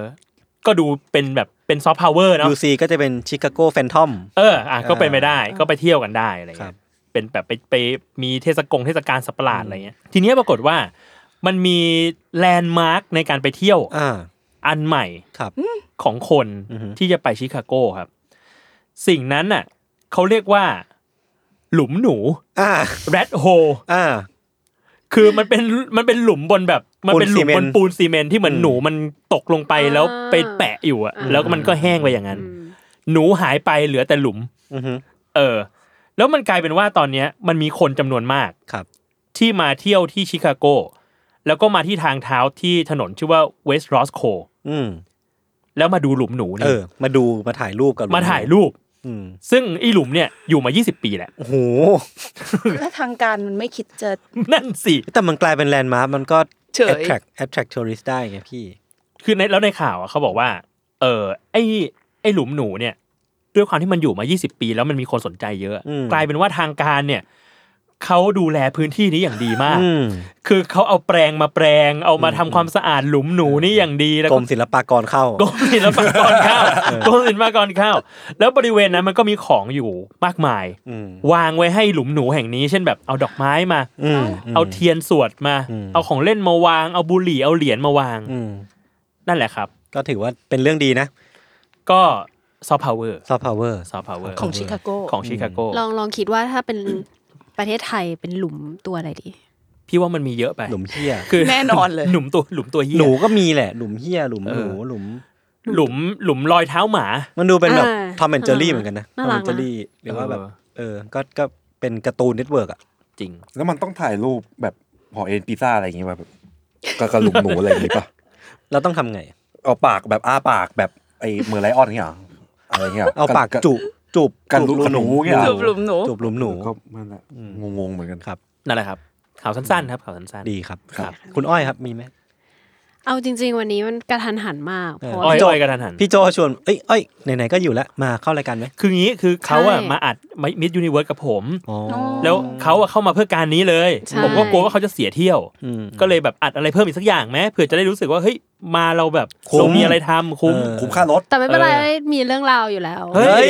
ก็ดูเป็นแบบเป็นซอฟต์พาวเวอร์เนาะ ยูซีก็จะเป็นชิคาโกแฟนทอม เออ อ่ะ ก็ไปนไม่ได้ อ่า ก็ไปเที่ยวกันได้อะไร ครั เงี้ บ ย เป็นแบบไปไปมีเทศกงเทศกาลสัตว์ประหลาดอะไรเงี้ย ทีเนี้ยปรากฏว่ามันมีแลนด์มาร์คในการไปเที่ยว อ่า อันใหม่ ครับ ของคน อือฮึ ที่จะไปชิคาโกครับ สิ่งนั้นน่ะเขาเรียกว่า หลุมหนู อ่า rat hole อ่า คือมันเป็นมันเป็นหลุมบนแบบ มันเป็นหลุม ปูนซีเมนบน ต์ ปูนซีเมนต์ที่เหมือน อืม หนูมันตกลงไปแล้วไปแปะอยู่อะแล้วก็มันก็แห้งไปอย่างนั้น อืม หนูหายไปเหลือแต่หลุม อือฮึ เออ แล้วมันกลายเป็นว่าตอนเนี้ยมันมีคนจำนวนมาก ครับ ที่มาเที่ยวที่ชิคาโก แล้วก็มาที่ทางเท้าที่ถนนชื่อว่าเวสต์รอสโค อืม แล้วมาดูหลุมหนู เอ นี่ อ มาดูมาถ่ายรูปกับ มาถ่ายรูป อืม ซึ่งไอหลุมเนี่ยอยู่มา 20 ปีแหละ โอ้โห และทางการมันไม่คิดจะ <laughs> นั่นสิ แต่มันกลายเป็นแลนด์มาร์คมันก็ เฉย attract attract tourist ได้ไงพี่ คือในแล้วในข่าวอ่ะเขาบอกว่า เออไอไอหลุมหนูเนี่ยด้วยความที่มันอยู่มา 20 ปี แล้วมันมีคนสนใจเยอะ อืม กลายเป็นว่าทางการเนี่ยเขาดูแลพื้นที่นี้อย่างดีมาก อืม คือเขาเอาแปรงมาแปรงเอามาทำความสะอาดหลุมหนูนี่อย่างดีแล้ว กร ก็ มศิลปากรเข้าก รมศิลปากร <laughs> ข้าวกรมศิลปากรข้าว แล้วบริเวณนั้นมันก็มีของอยู่มากมาย อืม วางไว้ให้หลุมหนูแห่งนี้ เช่นแบบเอาดอกไม้มา อืม เอาเทียนสวดมา อืม เอาของเล่นมาวาง เอาบุหรี่เอาเหรียญมาวาง อืม นั่นแหละครับ ก็ถือว่าเป็นเรื่องดีนะ ก็ซอฟต์พาวเวอร์ ซอฟต์พาวเวอร์ ซอฟต์พาวเวอร์ ของชิคาโก ของชิคาโก ลองลองคิดว่าถ้าเป็นประเทศไทยเป็นหลุมตัวอะไรดี พี่ว่ามันมีเยอะไป หลุมเหี้ย คือ แน่นอนเลย หลุมตัวหลุมตัวเหี้ย หนูก็มีแหละ หลุมเหี้ยหลุมหนู เออ หลุม หลุมหลุมรอยเท้าหมา มันดูเป็นแบบ อ่า ทอมแอนเจอรี่ อ่า เหมือนกันนะท น่า อม รั แอก น นะ เจอรี่หรือว่าแบบ เออ เออ ก็ก็เป็นการ์ตูนเน็ตเวิร์กอ่ะ จริง แล้วมันต้องถ่ายรูปแบบหอเอ็นพิซซ่าอะไรอย่างงี้ป่ะแบบกระกระหลุมหนูอะไรอย่างงี้ป่ะ เราต้องทำไง เอาปากแบบอ้าปากแบบไอ้มือไลออนอย่างเงี้ยเหรออะไรย่งเงี้ยหร เอาปาก ระ จุบจูบ การ จูบ ลูกหนูเงี้ยเหรอ จูบหลุมหนู จูบหลุมหนู ก็มันแหละงงๆเหมือนกัน ครับ นั่นแหละครับข่าวสั้นๆครับข่าวสั้นๆ ดีครับ ครับ คุณอ้อยครับ มีไหม เอาจริง ๆ วันนี้มันกระทันหันมาก เออ เพราะ อ้ ว่า อยอ้อยกระทันหัน พี่โจชวน เอ้ยเอ้ยไหนๆก็อยู่แล้ว มาเข้ารายการไหม คืองี้คือเขาอะ ใช่ มาอัดมิดยูนิเวิร์สกับผม อ๋อ แล้วเขาอะเข้ามาเพื่อการนี้เลย ใช่ ผมก็กลัวว่าเขาจะเสียเที่ยว อืม ก็เลยแบบอัดอะไรเพิ่มอีกสักอย่างไหมเผื่อจะได้รู้สึกว่าเฮ้ยมาเราแบบ คุ้ม เรามีอะไรทำคุ้ม เออ คุ้มค่ารถ แต่ไม่เป็นไร เออ มีเรื่องราวอยู่แล้ว เฮ้ย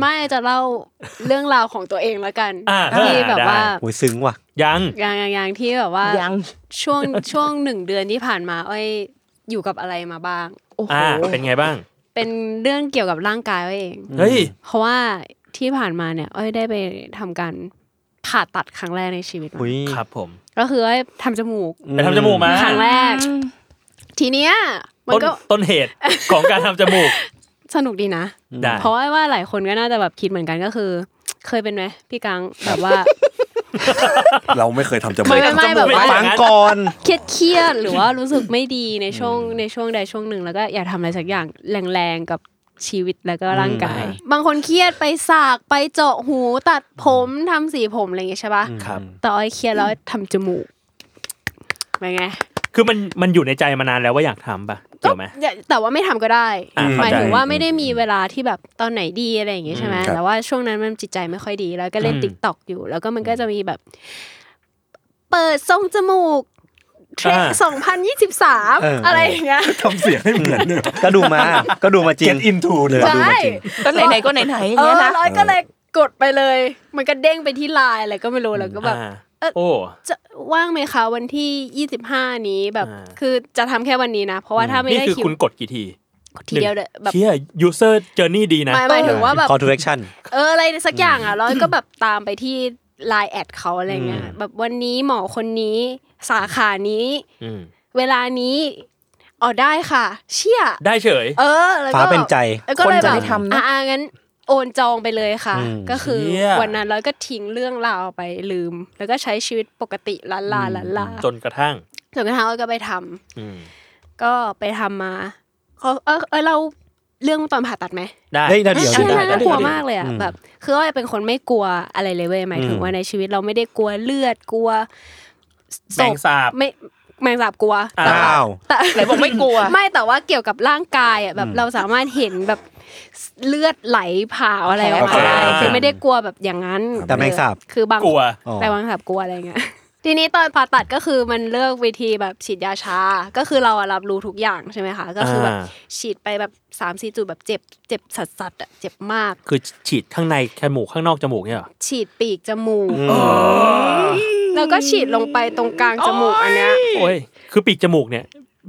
ไม่จะเล่าเรื่องราวของตัวเองแล้วกัน อ่า ที่ ได้ แบบว่า โอ้ยซึ้งว่ะ ยัง อย่างอย่างอย่างที่แบบว่า ยัง ช่วงช่วงหนึ่งเดือนที่ผ่านมาอ้อยอยู่กับอะไรมาบ้าง โอ้โห อ่าเป็นไงบ้าง เป็นเรื่องเกี่ยวกับร่างกายอ้อยเอง เฮ้ย เพราะว่าที่ผ่านมาเนี่ยอ้อยได้ไปทำการผ่าตัดครั้งแรกในชีวิตมา อุ้ย ครับผม ก็คืออ้อยทำจมูก ไปทำจมูกมา ครั้งแรก ทีเนี้ยมัน ต้น ก็ ต้นเหตุของการทำจมูก สนุกดีนะ ได้ เพราะว่าว่าหลายคนก็น่าจะแบบคิดเหมือนกันก็คือ เคยเป็นไหมพี่กังแบบว่า เราไม่เคยทำจมูก ไม่ไม่ไม่แบบว่า ฟังก่อน เครียดเครียดๆหรือว่ารู้สึกไม่ดีในช่วงในช่วงใดช่วงหนึ่ง แล้วก็อยากทำอะไรสักอย่างแรงๆกับชีวิตแล้วก็ร่างกาย บางคนเครียดไปสากไปเจาะหูตัดผมทำสีผมอะไรอย่างเงี้ยใช่ปะ ครับ แต่อ้อยเครียดแล้วทำจมูกเป็นไง คือมันมันอยู่ในใจมานานแล้วว่าอยากทำป่ะเกี่ยวไหม อย่าแต่ว่าไม่ทำก็ได้ อ่า หมายถึง เข้าใจ ว่าไม่ได้มีเวลาที่แบบตอนไหนดีอะไรอย่างเงี้ยใช่ไหม อืมครับ แต่ว่าช่วงนั้นมันจิตใจไม่ค่อยดีแล้วก็เล่น อืม ติ๊กต็อกอยู่ แล้วก็มันก็จะมีแบบ เปิดทรงจมูก เทรน อ่า สองพันยี่สิบสาม เอออ อะไรอย่างเงี้ย ทำเสียงให้เหมือนเนี่ย ก็ดูมาก็ดูมาจริง Get into เลย ดู ใช่ มาจริง ก็ไหนๆก็ไหนๆอย่าง เอ เงี้ อย นะ ร้อยก็เลยกดไปเลย มันก็เด้งไปที่ไลน์อะไรก็ไม่รู้แล้วก็แบบ อ่า เอ๊ะ โอ้ จะว่างไหมคะวันที่ยี่สิบห้านี้แบบ อ่า คือจะทำแค่วันนี้นะ เพราะว่าถ้าไม่ นี่ ได้ คือ คิว คุณกดกี่ที ทีเดียวเลยแบบ เชี่ย user journey ดีนะ หมายหมายถึงว่าแบบ call to action เอออะไรสักอย่างอ่ะแล้วก็แบบตามไปที่ไลน์แอดเขาอะไรเงี้ย อืม แบบวันนี้หมอคนนี้สาขานี้ อืม เวลานี้อ๋อได้ค่ะ เชี่ย ได้เฉย เออแล้วก็ ฟ้าเป็นใจ แล้วก็เลย คน แบ จะ บ ได้ทำนะ อ่างั้นโอนจองไปเลยค่ะ อืม ก็คือ เชี่ย วันนั้นเราก็ทิ้งเรื่องราวไปลืม แล้วก็ใช้ชีวิตปกติลันลาลันลา จนกระทั่ง จนกระทั่งเราก็ไปทำ อืม ก็ไปทำมาเขาเออเออเราเรื่องตอนผ่าตัดไหม ได้ เฮ้ยเดี๋ยวเดี๋ยว เชื่อ ได้ น่า ได้ กลัวมากเลยอะ อืม แบบคืออ้อยเป็นคนไม่กลัวอะไรเลยเว้ยหมายถึง อืม ว่าในชีวิตเราไม่ได้กลัวเลือดกลัว แมงสาบ ไม่แมงสาบกลัว อ่า แต่ว่า อ้าว แต่ ไหนบอกไม่กลัว ไม่แต่ว่าเกี่ยวกับร่างกายอะแบบเราสามารถเห็นแบบเลือดไหลผ่าอะไรออกมา โอเค ได้ โอเค คือไม่ได้กลัวแบบอย่างนั้น แต่แมงสาบ คือบาง กลัว อ๋อ แต่แมงสาบกลัวอะไรเงี้ยทีนี้ตอนผ่าตัดก็คือมันเลือกวิธีแบบฉีดยาชา ก็คือเราอะรับรู้ทุกอย่างใช่ไหมคะก็คือแบบ อ่า ฉีดไปแบบสามสี่จุดแบบเจ็บเจ็บสัสๆอะเจ็บมาก คือฉีดข้างในจมูกข้างนอกจมูกเนี่ยเหรอ ฉีดปีกจมูกแล้วก็ฉีดลงไปตรงกลางจมูกอันเนี้ย โอ้ย คือปีกจมูกเนี่ย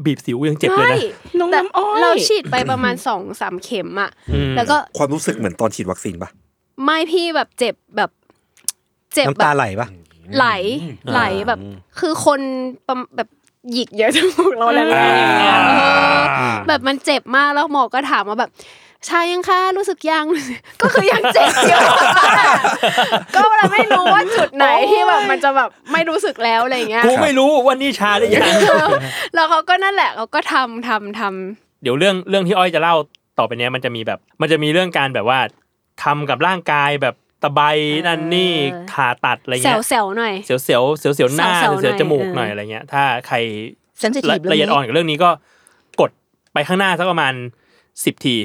บีบสิวยังเจ็บเลย ใช่ นะ น้อง แต่ น้ำอ้อย เราฉีดไปประมาณสองสามเข็มอะ อืม แล้วก็ ความรู้สึกเหมือนตอนฉีดวัคซีนปะ ไม่พี่แบบเจ็บแบบเจ็บ น้ำ แบ ตา บ ไหลปะ ไหลไหลแบบ คือคนประมแบบหยิกเยอะจมูกเราแรงๆอย่างเงี้ยเออแบบมันเจ็บมากแล้วหมอก็ถามว่าแบบชายังคะรู้สึกยัง <laughs> ก็คือยังเจ็บอยู่ ก็เราไม่รู้ว่าจุดไหนที่แบบมันจะแบบไม่รู้สึกแล้วอะไรอย่างเงี้ย กูไม่รู้ว่านี่ชาได้ยัง แล้วเขาก็นั่นแหละเขาก็ทำทำทำ เดี๋ยวเรื่องเรื่องที่อ้อยจะเล่าต่อไปเนี้ยมันจะมีแบบ มันจะมีเรื่องการแบบว่าทำกับร่างกายแบบตะไบนั่นนี่ผ่าตัดอะไร แซ เงี้ วย แซวๆหน่อย เสียวเสียวเสียวเสียวๆหน้า เสียวๆ เสียวๆจมูก ห หน่น่อ อย ยอะไรเงี้ย ถ้าใคร เซนซิทีฟ ละ เรื่ ละ อง เอีนี้ยดอ่อนกับเรื่องนี้ก็กดไปข้างหน้าสักประมาณสิบที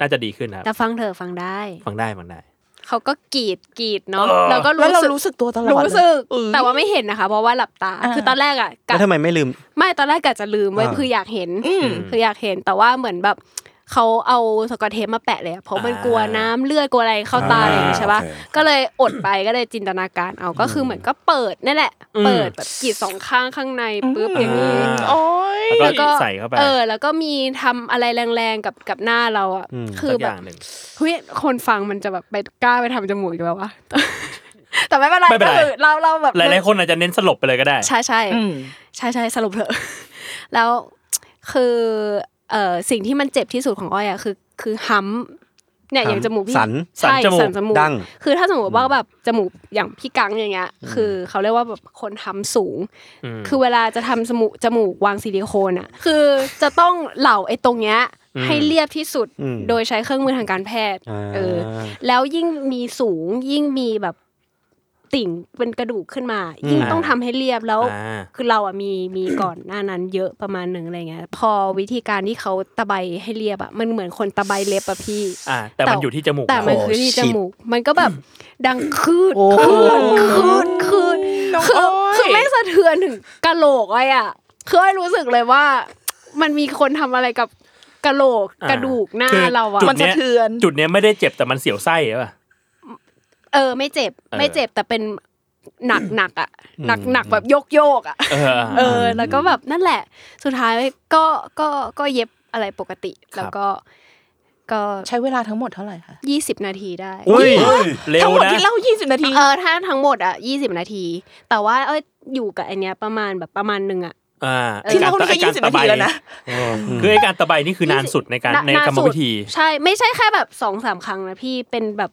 น่าจะดีขึ้นนะครับ แต่ฟังเธอะฟังได้ ฟังได้ฟังได้ เขาก็กรีดกรีดเนาะเราก็ แล้วเรา รู้ รู้ สึก สึกตัวตลอด รู้สึก เลย แต่ว่าไม่เห็นนะคะ เพราะว่าหลับตา อ่า คือตอนแรกอ่ะกะ แล้วทำไมไม่ลืม ไม่ตอนแรกกะจะลืมไว้ย อ่า คืออยากเห็นคืออยากเห็นแต่ว่าเหมือนแบบเขาเอาสกอตเทปมาแปะเลยอะเพราะมัน อ่าก ลัวน้ำเลือดกลัวอะไรเข้าตาอะไรอย่างงี้ใช่ปะ โอเค ก็เลยอดไปก็เลยจินตนาการเอาก็คือเหมือนก็เปิดนั่นแหละ อืม เปิดแบบกรีดสองข้างข้างในปุ๊บอย่างนี้ อ่า โอ้ย แล้วก็ใส่เข้าไป เออ แล้วก็มีทำอะไรแรงๆกับกับหน้าเราอ่ะ อืม คือ สักอ แบบ ย่างหนึ่ง เฮ้ยคนฟังมันจะแบบไปกล้าไปทำจมูกหรือเปล่า <laughs> วะ แต่ไม่เป็นไร ไม่เป็น ก็ ไร คือเราเราแบบ หลายๆคนอาจจะเน้นสลบไปเลยก็ได้ ใช่ใช่ อืม ใช่ใช่สรุปเถอะ <laughs> แล้วคือเอ่อสิ่งที่มันเจ็บที่สุดของอ้อยอ่ะคือ คือห้ำเนี่ยอย่างจมูกพี่ สัน สัน ใช่ จมูก สันจมูก ดัง คือถ้าสมมติว่าแบบจมูกอย่างพี่กังอย่างเงี้ย คือเขาเรียกว่าแบบคนทำสูง ม คือเวลาจะทำจมูกจมูกวางซิลิโคนอ่ะ คือจะต้องเหล่าไอ้ตรงเนี้ย อืม ให้เรียบที่สุด อืม โดยใช้เครื่องมือทางการแพทย์ อ่า เออ แล้วยิ่งมีสูงยิ่งมีแบบติ่งเป็นกระดูกขึ้นมา อืม ยิ่งต้องทำให้เรียบแล้ว อ่า คือเราอ่ะมีมีก่อนหน้านั้นเยอะประมาณหนึ่งอะไรเงี้ย พอวิธีการที่เขาตะไบให้เรียบอ่ะมันเหมือนคนตะไบเล็บอ่ะพี่ อ่า แต่มันอยู่ที่จมูก แต่ เรา มันคือที่จ โอ้ shit มูก มันก็แบบดังคืด โอ้ คืดคืดคืด น้อง คือ อ้อย คือไม่งสะเทือนถึงกะโหลกเลยอ่ะคืออ้อยรู้สึกเลยว่า มันมีคนทำอะไรกับกะโหลก อ่าก ระดูกหน้า คือ เราอ่ะ จุด มันสะเทือน จุดเนี้ยไม่ได้เจ็บแต่มันเสียวไส้อะป่ะ เออไม่เจ็บ เออ ไม่เจ็บแต่เป็นหนักหนักๆอ่ะหนักหนักๆแบบโยกโยกๆอ่ะ เออ เออ แล้วก็แบบนั่นแหละ สุดท้ายก็ก็ก็เย็บอะไรปกติ ครับ แล้วก็ก็ ใช้เวลาทั้งหมดเท่าไหร่คะ ยี่สิบนาทีได้ อุ้ยเร็ ทั้ ว งหมด นะ ที่เล่า 20 นาที เออถ้าทั้งหมดอ่ะยี่สิบนาที แต่ว่าเอ้ยอยู่กับไอเนี้ยประมาณแบบประมาณหนึ่งอ่ะ อ่า เออ ที่เล่านี่ก็ ไอ้ร 20นาทีแล้วนะ คือไอการตะไบนี่คือนานสุดในการในกรรมวิธี นานสุดใช่ไม่ใช่แค่แบบสองสามครั้งนะพี่เป็นแบบ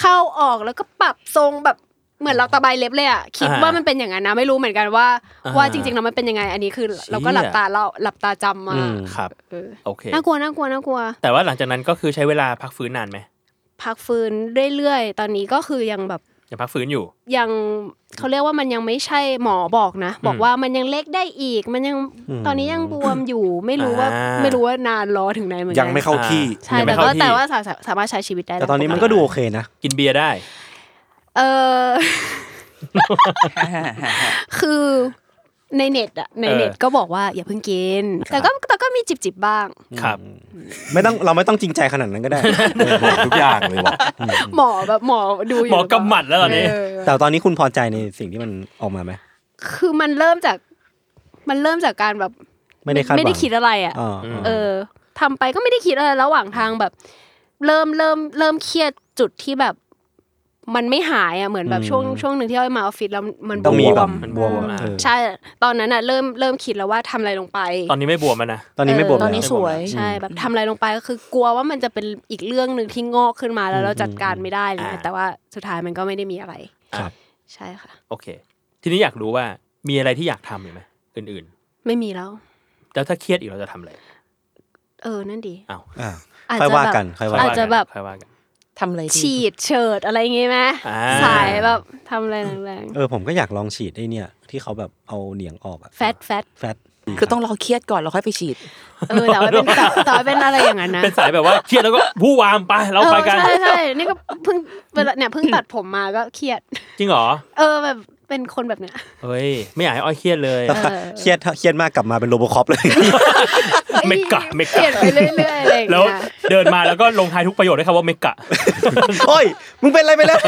เข้าออกแล้วก็ปรับทรงแบบเหมือนเราตะไบเล็บเลยอ่ะคิด อ่า ว่ามันเป็นอย่างนั้นนะไม่รู้เหมือนกันว่า อ่า ว่าจริงๆแล้วมันเป็นยังไงอันนี้คือ เราก็หลับ เชี่ย ตาเราหลับตาจำมา อืม ครับ เออ โอเค น่ากลัวน่ากลัวน่ากลัว แต่ว่าหลังจากนั้นก็คือใช้เวลาพักฟื้นนานไหม พักฟื้นเรื่อยๆ ตอนนี้ก็คือยังแบบ ยังพักฟื้นอยู่ ยังเขาเรียกว่ามันยังไม่ใช่หมอบอกนะ บอกว่ามันยังเล็กได้อีก มันยัง อืม ตอนนี้ยังบวมอยู่ ไม่รู้ว่า อ่า ไม่รู้ว่านานรอถึงไหนเหมือนกั ยังไม่เข้าที่ ใช่ ยังไม่ แต่ เข้า ก็ ที่ แต่ว่าสาสามารถใช้ชีวิตได้ แต่ ล้ว ตอนนี้มันก็ดูโอเคนะ กินเบียร์ได้ เออ คือ ในเน็ตอะในเน็ตก็บอกว่าอย่าเพิ่งกิน แต่ก็แต่ก็มีจิบจิบๆบ้าง ครับ ไม่ต้องเราไม่ต้องจริงใจขนาดนั้นก็ได้ บอกทุกอย่างเลยว่ะ หมอแบบหมอดูอยู่ หมอกำหมัดแล้วตอนนี้ เออ แต่ตอนนี้คุณพอใจในสิ่งที่มันออกมาไหม คือมันเริ่มจาก มันเริ่มจากการแบบ ไม่ได้คาดหวัง ไม่ได้คิดอะไรอ่ะ อ๋อ เออทำไปก็ไม่ได้คิดอะไรระหว่างทางแบบ เริ่มเริ่มเริ่มเครียดจุดที่แบบ มันไม่หายอ่ะเหมือนแบบช่วงช่วงหนึ่งที่เรามาออฟฟิศแล้วมัน ต้องมี บว แบบ ม มันบวม บวม เออ ใช่ตอนนั้นอ่ะเริ่มเริ่มคิดแล้วว่าทำอะไรลงไป ตอนนี้ไม่บวมแล้วนะ ตอนนี้ไม่บวม ตอน แล้ นี้ ว สวย ใช่แบบทำอะไรลงไปก็คือกลัวว่ามันจะเป็นอีกเรื่องหนึ่งที่งอกขึ้นมาแล้วเราจัดการไม่ได้เลย อ่า แต่ว่าสุดท้ายมันก็ไม่ได้มีอะไรใช่ค่ะ โอเค ทีนี้อยากรู้ว่ามีอะไรที่อยากทำอีกไหมอื่น ไม่มีแล้ว ๆ แล้วถ้าเครียดอีกเราจะทำอะไร เออนั่นดี อ้าว อ่า อาจ ค่อย จะ ว่า แบบ กันค่อยว่า อาจ กัน จะแบบ ค่อยว่ากัน ทำอะไรดี ฉีดเฉิดอะไรอย่างงี้ไหม อ่า สายแบบทำอะไรแรง เออผมก็อยากลองฉีดไอ้เนี่ย ที่เขาแบบเอาเหนียงออกอะ ๆแฟตแฟต แฟต คือต้องรอเครียดก่อนแล้วค่อยไปฉีด เออแต่ว่าเป็นแต่แต่ว่าเป็นอะไรอย่างนั้นนะ เป็นสายแบบว่าเครียดแล้วก็ผู้วามไปเราไปกัน ออใช่ใช่นี่ก็เพิ่งเวลาเนี่ยเพิ่งตัดผมมาก็เครียด จริงเหรอ เออแบบเป็นคนแบบเนี้ย เฮ้ย ไม่อยากให้อ้อยเครียดเลย แต่ว่า เออ เครียดเครียดมากกลับมาเป็นโรบคอปเลย <laughs> เมกะเมกะ เปลี่ยนไปเรื่อยๆอะไรอย่าง แล้ว เงี้ย เดินมาแล้วก็ลงท้ายทุกประโยชน์ด้วยคำว่าเมกะ โอ้ยมึงเป็นอะไรไปแล้ว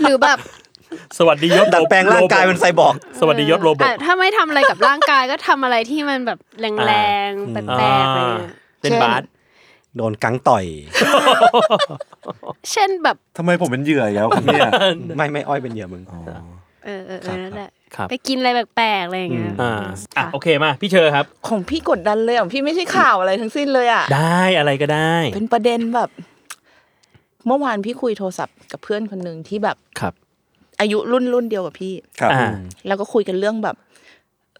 หรือแบบ สวัสดียศ ดัดแปลงร่างกายเป็นไซบอร์ก สวัสดียศโรบอ อ่ะ ท ถ้าไม่ทำอะไรกับร่างกายก็ทำอะไรที่มันแบบแรงๆแปลกๆอะไรเงี้ย เล่นบาส โดนกังต่อย เช่นแบบ ทำไมผมเป็นเหยื่ออีกแล้วครับ <laughs> เนี่ย <laughs> ไม่ไม่อ้อยเป็นเหยื่อมึง เออเออเออนั่นแหละ ครับ ไปกินอะไรแปลกๆอะไรอย่างเงี้ย อ่าอ่ะ ค่ะ โอเคมาพี่เชอครับ ของพี่กดดันเลยของพี่ไม่ใช่ข่าวอะไรทั้งสิ้นเลยอ่ะ ได้อะไรก็ได้ เป็นประเด็นแบบ เมื่อวานพี่คุยโทรศัพท์กับเพื่อนคนหนึ่งที่แบบ ครับ อายุรุ่นรุ่นเดียวกับพี่ ครับ อ่า แล้วก็คุยกันเรื่องแบบ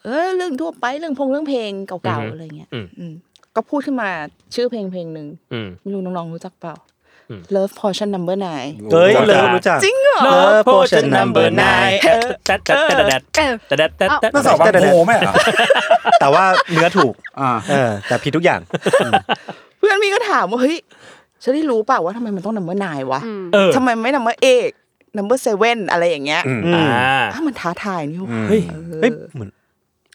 เออเรื่องทั่วไปเรื่องพงเรื่องเพลงเก่า อือฮึ ๆอะไรเงี้ย อืม อืมก็พูดขึ้นมาชื่อเพลงเพลงหนึ่ง อืม ไม่รู้น้องๆรู้จักเปล่า อืม Love Portion Number Nine เฮ้ย โอ้โห เลิฟรู้จัก จริงเหรอ Love Potion Number Nine เออแตะแตะแตะแตะ เออ แตะแตะแตะแตะ น่าสาวบางโพไหมอ่ะ แต่ว่าเนื้อถูก อ่า เออ แต่ผิดทุกอย่าง เพื่อนพี่ก็ถามว่าเฮ้ยฉันได้รู้เปล่าว่าทำไมมันต้อง Number Nine วะ อืม เออ ทำไมไม่ Number เอก Number Seven อะไรอย่างเงี้ย อืม อืม อ่า อ้าวมันท้าทายนี่หว่า เฮ้ย เฮ้ยเหมือน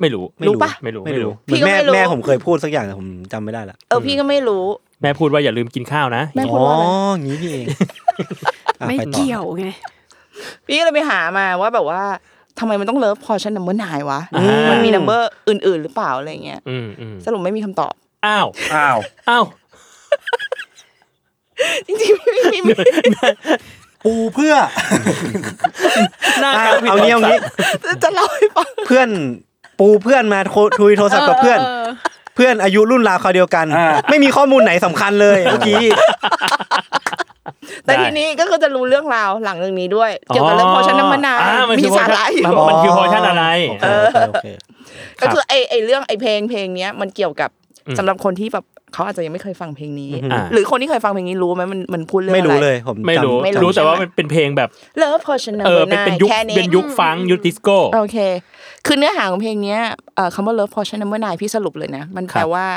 ไม่รู้ ไม่ รู้ปะ ไม่รู้ ไม่ ไม่ รู้ รู้ เหมือนแม่ พี่ก็ไม่รู้ แม่ผมเคยพูดสักอย่างแต่ผมจำไม่ได้ละ เออพี่ก็ไม่รู้ แม่พูดว่าอย่าลืมกินข้าวนะ แม่พู อ๋ ด อ ว่าอะไร งี้นี่เองอ่ะ ไม่ ปต่อ เกี่ยวไง พี่ก็เลยไปหามาว่าแบบว่าทำไมมันต้อง Love Portion Number Nine วะ อ่ามั มันมี Number อื่น ๆ หรือเปล่าอะไรเงี้ย อืมอืม สรุปไม่มีคำตอบ อ้าว อ้าว อ้าว จริงๆพี่พี่ไม่ ปูเพื่อ หน้า อ่ะ การผิด เอางี้เอางี้ จะเล่าให้ฟัง เพื่อนปูเพื่อนมาโทรคุยโทรศัพท์กับเพื่อน เพื่อนอายุรุ่นราวคราวเดียวกัน อ่า ไม่มีข้อมูลไหนสำคัญเลยเมื่อกี้ แต่ทีนี้ก็คือจะรู้เรื่องราวหลังเรื่องนี้ด้วย เกี่ยวกับเรื่องพอชั้นน้ำมันนาน อ่มัน มี คือ สาระ portion อยู่ มันคือ portion อะไร โอเคโอเคโอเค ก็คือไอไอเรื่องไอเพลงเพลงเนี้ยมันเกี่ยวกับ อืม สำหรับคนที่แบบเขาอาจจะยังไม่เคยฟังเพลงนี้ อืม อ่า หรือคนที่เคยฟังเพลงนี้รู้ไหมมันมันพูดเรื่อง ไม่ อะไร รู้เลยผม ไม่รู้ จำ ไม่รู้ รู้แต่ว่า ใช่ไหม มันเป็นเพลงแบบ เลิฟพอชั้นน้ำ เออ มัน เป็น นา เป็น ย ยุค แค่นี้ เป็นยุคฟังก์ยุคดิสโก้ โอเค คือเนื้อหาของเพลงเนี้ยเอ่อคำว่า Love Potion Number Nine พี่สรุปเลยนะ มันคแปลรับ ว่า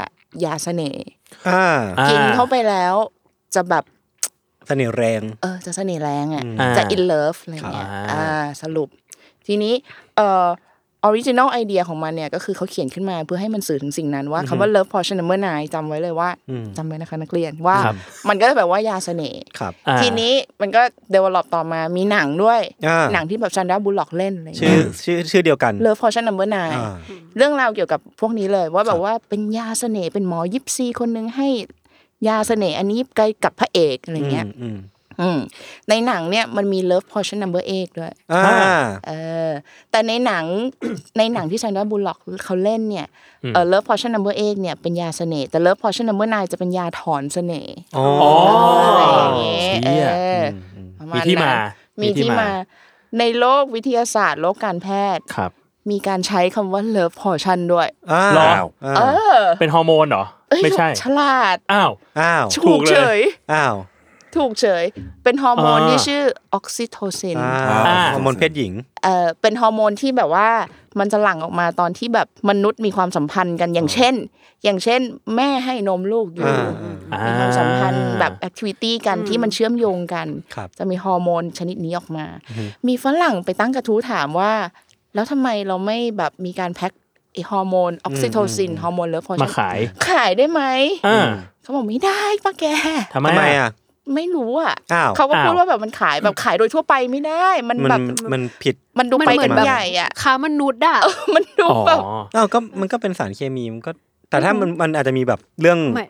ยาเสน่ห์ อ่า อ่า กินเข้าไปแล้วจะแบบ เสน่ห์แรง เออจะเสน่ห์แรงอ่ะ อ่า จะอินเลิฟอะไรเงี้ย ครับ อ่าสรุป ทีนี้เอ่อออริจินอลไอเดียของมันเนี่ยก็คือเขาเขียนขึ้นมาเพื่อให้มันสื่อถึงสิ่งนั้นว่าคำว่า love portion number nine จำไว้เลยว่า อืม จำไว้นะคะนักเรียนว่า มันก็จะแบบว่ายาเสน่ห์ ครับ อ่า ทีนี้มันก็ develop ต่อมามีหนังด้วย อ่า หนังที่แบบชันดาบุลล็อกเล่นอะไร ชื่อ เงี้ย ชื่อชื่อเดียวกัน love portion number อ่า nine เรื่องราวเกี่ยวกับพวกนี้เลยว่าแบบว่าเป็นยาเสน่ห์เป็นหมอยิปซีคนหนึงให้ยาเสน่ห์อันนี้ไกลกับพระเอกอะไรเงี้ย อืม อืมในหนังเนี่ยมันมี Love Portion Number 8ด้วย อืมอ่า เออ แต่ในหนัง <coughs> ในหนังที่ชันดาบุลล็อกเขาเล่นเนี่ยเออ Love Portion Number 8เนี่ยเป็นยาเสน่ห์แต่ Love Portion Number 9จะเป็นยาถอนเสน่ห์ อ๋อ อะไรอย่าองเงี้ย เชี่ย เอออประณ มีที่มา นั้น มี มี ที่ ที่ มา มา ในโลกวิทยาศาสตร์ โลกการแพทย์ ครับ มีการใช้คำว่า Love Portion ด้วย อ้า หรอ วอ้า เอ ว อ เป็นฮอร์โมนเหรอ เอ้ย ไม่ใช่ ฉลาด อ้าว อ้าว ถู ถู ก ก เลย เฉย อ้าว ถูกเฉย เป็นฮอร์โมนที่ อ่า ชื่อออกซิโทซิน อ้าวฮอร์โมนเพศหญิง เอ่อเป็นฮอร์โมนที่แบบว่ามันจะหลั่งออกมาตอนที่แบบมนุษย์มีความสัมพันธ์กันอย่างเช่น อย่างเช่น แม่ให้นมลูกอยู่ อ่า อ่ามี มีความสัมพันธ์แบบแอคทิวิตี้กันที่มันเชื่อมโยงกัน ครับ จะมีฮอร์โมนชนิดนี้ออกมา มีฝรั่งไปตั้งกระทู้ถามว่า แล้วทำไมเราไม่แบบมีการแพ็ค ไอฮอร์โมนออกซิโทซินฮอร์โมนเลิฟพอ มาขาย ขายได้ไหม อ่า เขาบอกไม่ได้ป้าแก ทำไม ทำไม อ่ะ อ่ะ ไม่รู้อ่ะ อ้าว เขาก็พูด อ้าว ว่าแบบมันขายแบบขายโดยทั่วไปไม่ได้ มัน มัน แบบ มันผิด มันดูไป เหมื กัน น แบบ ใหญ่อ่ะ ค้ามนุษย์อ่ะ มันดู อ๋อ แบบ อ้าวก็มันก็เป็นสารเคมีมันก็ แต่ถ้ามันมันอาจจะมีแบบเรื่อง ไม่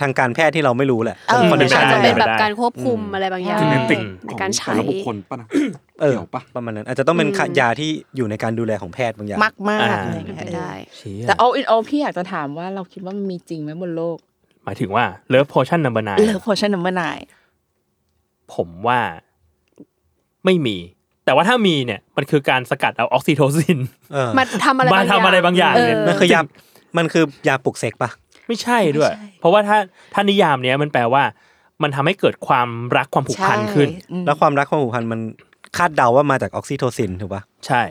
ทางการแพทย์ที่เราไม่รู้แหละ เออ มัน มั ไม่ น ใช่ อาจจะเป็นแบบ ไม่ได้ การควบคุมอะไรบางอย่าง Genetic ในการใช้ ของแต่ละบุคคลป่ะนะ เออ เกี่ยวปะ ประมาณนั้นอาจจะต้องเป็น อืม ขะยาที่อยู่ในการดูแลของแพทย์บางอย่าง มากมาก อ่า อะไร เป็น เงี้ ไป ย ได้ เชี่ย แต่ all in all พี่อยากจะถามว่าเราคิดว่ามันมีจริงไหมบนโลก หมายถึงว่าเลิฟพอชั่นนัมเบอร์น เลิฟพอชั่นน้ำมันนาย ผมว่า ไม่มี แต่ว่าถ้ามีเนี่ย มันคือการสกัดเอาออกซิโทซิน เออ มาทำอะไร มาทำอะไรบางอย่าง เอ เนี่ย อ มันคือยามันคือยาปลุกเซ็กปะ ไม่ใช่ด้วย เพราะว่าถ้าถ้านิยามเนี้ยมันแปลว่า มันทำให้เกิดความรักความผูกพันขึ้น อืม แล้วความรักความผูกพันมันคาดเดาว่ามาจากออกซิโทซินถูกปะ ใช่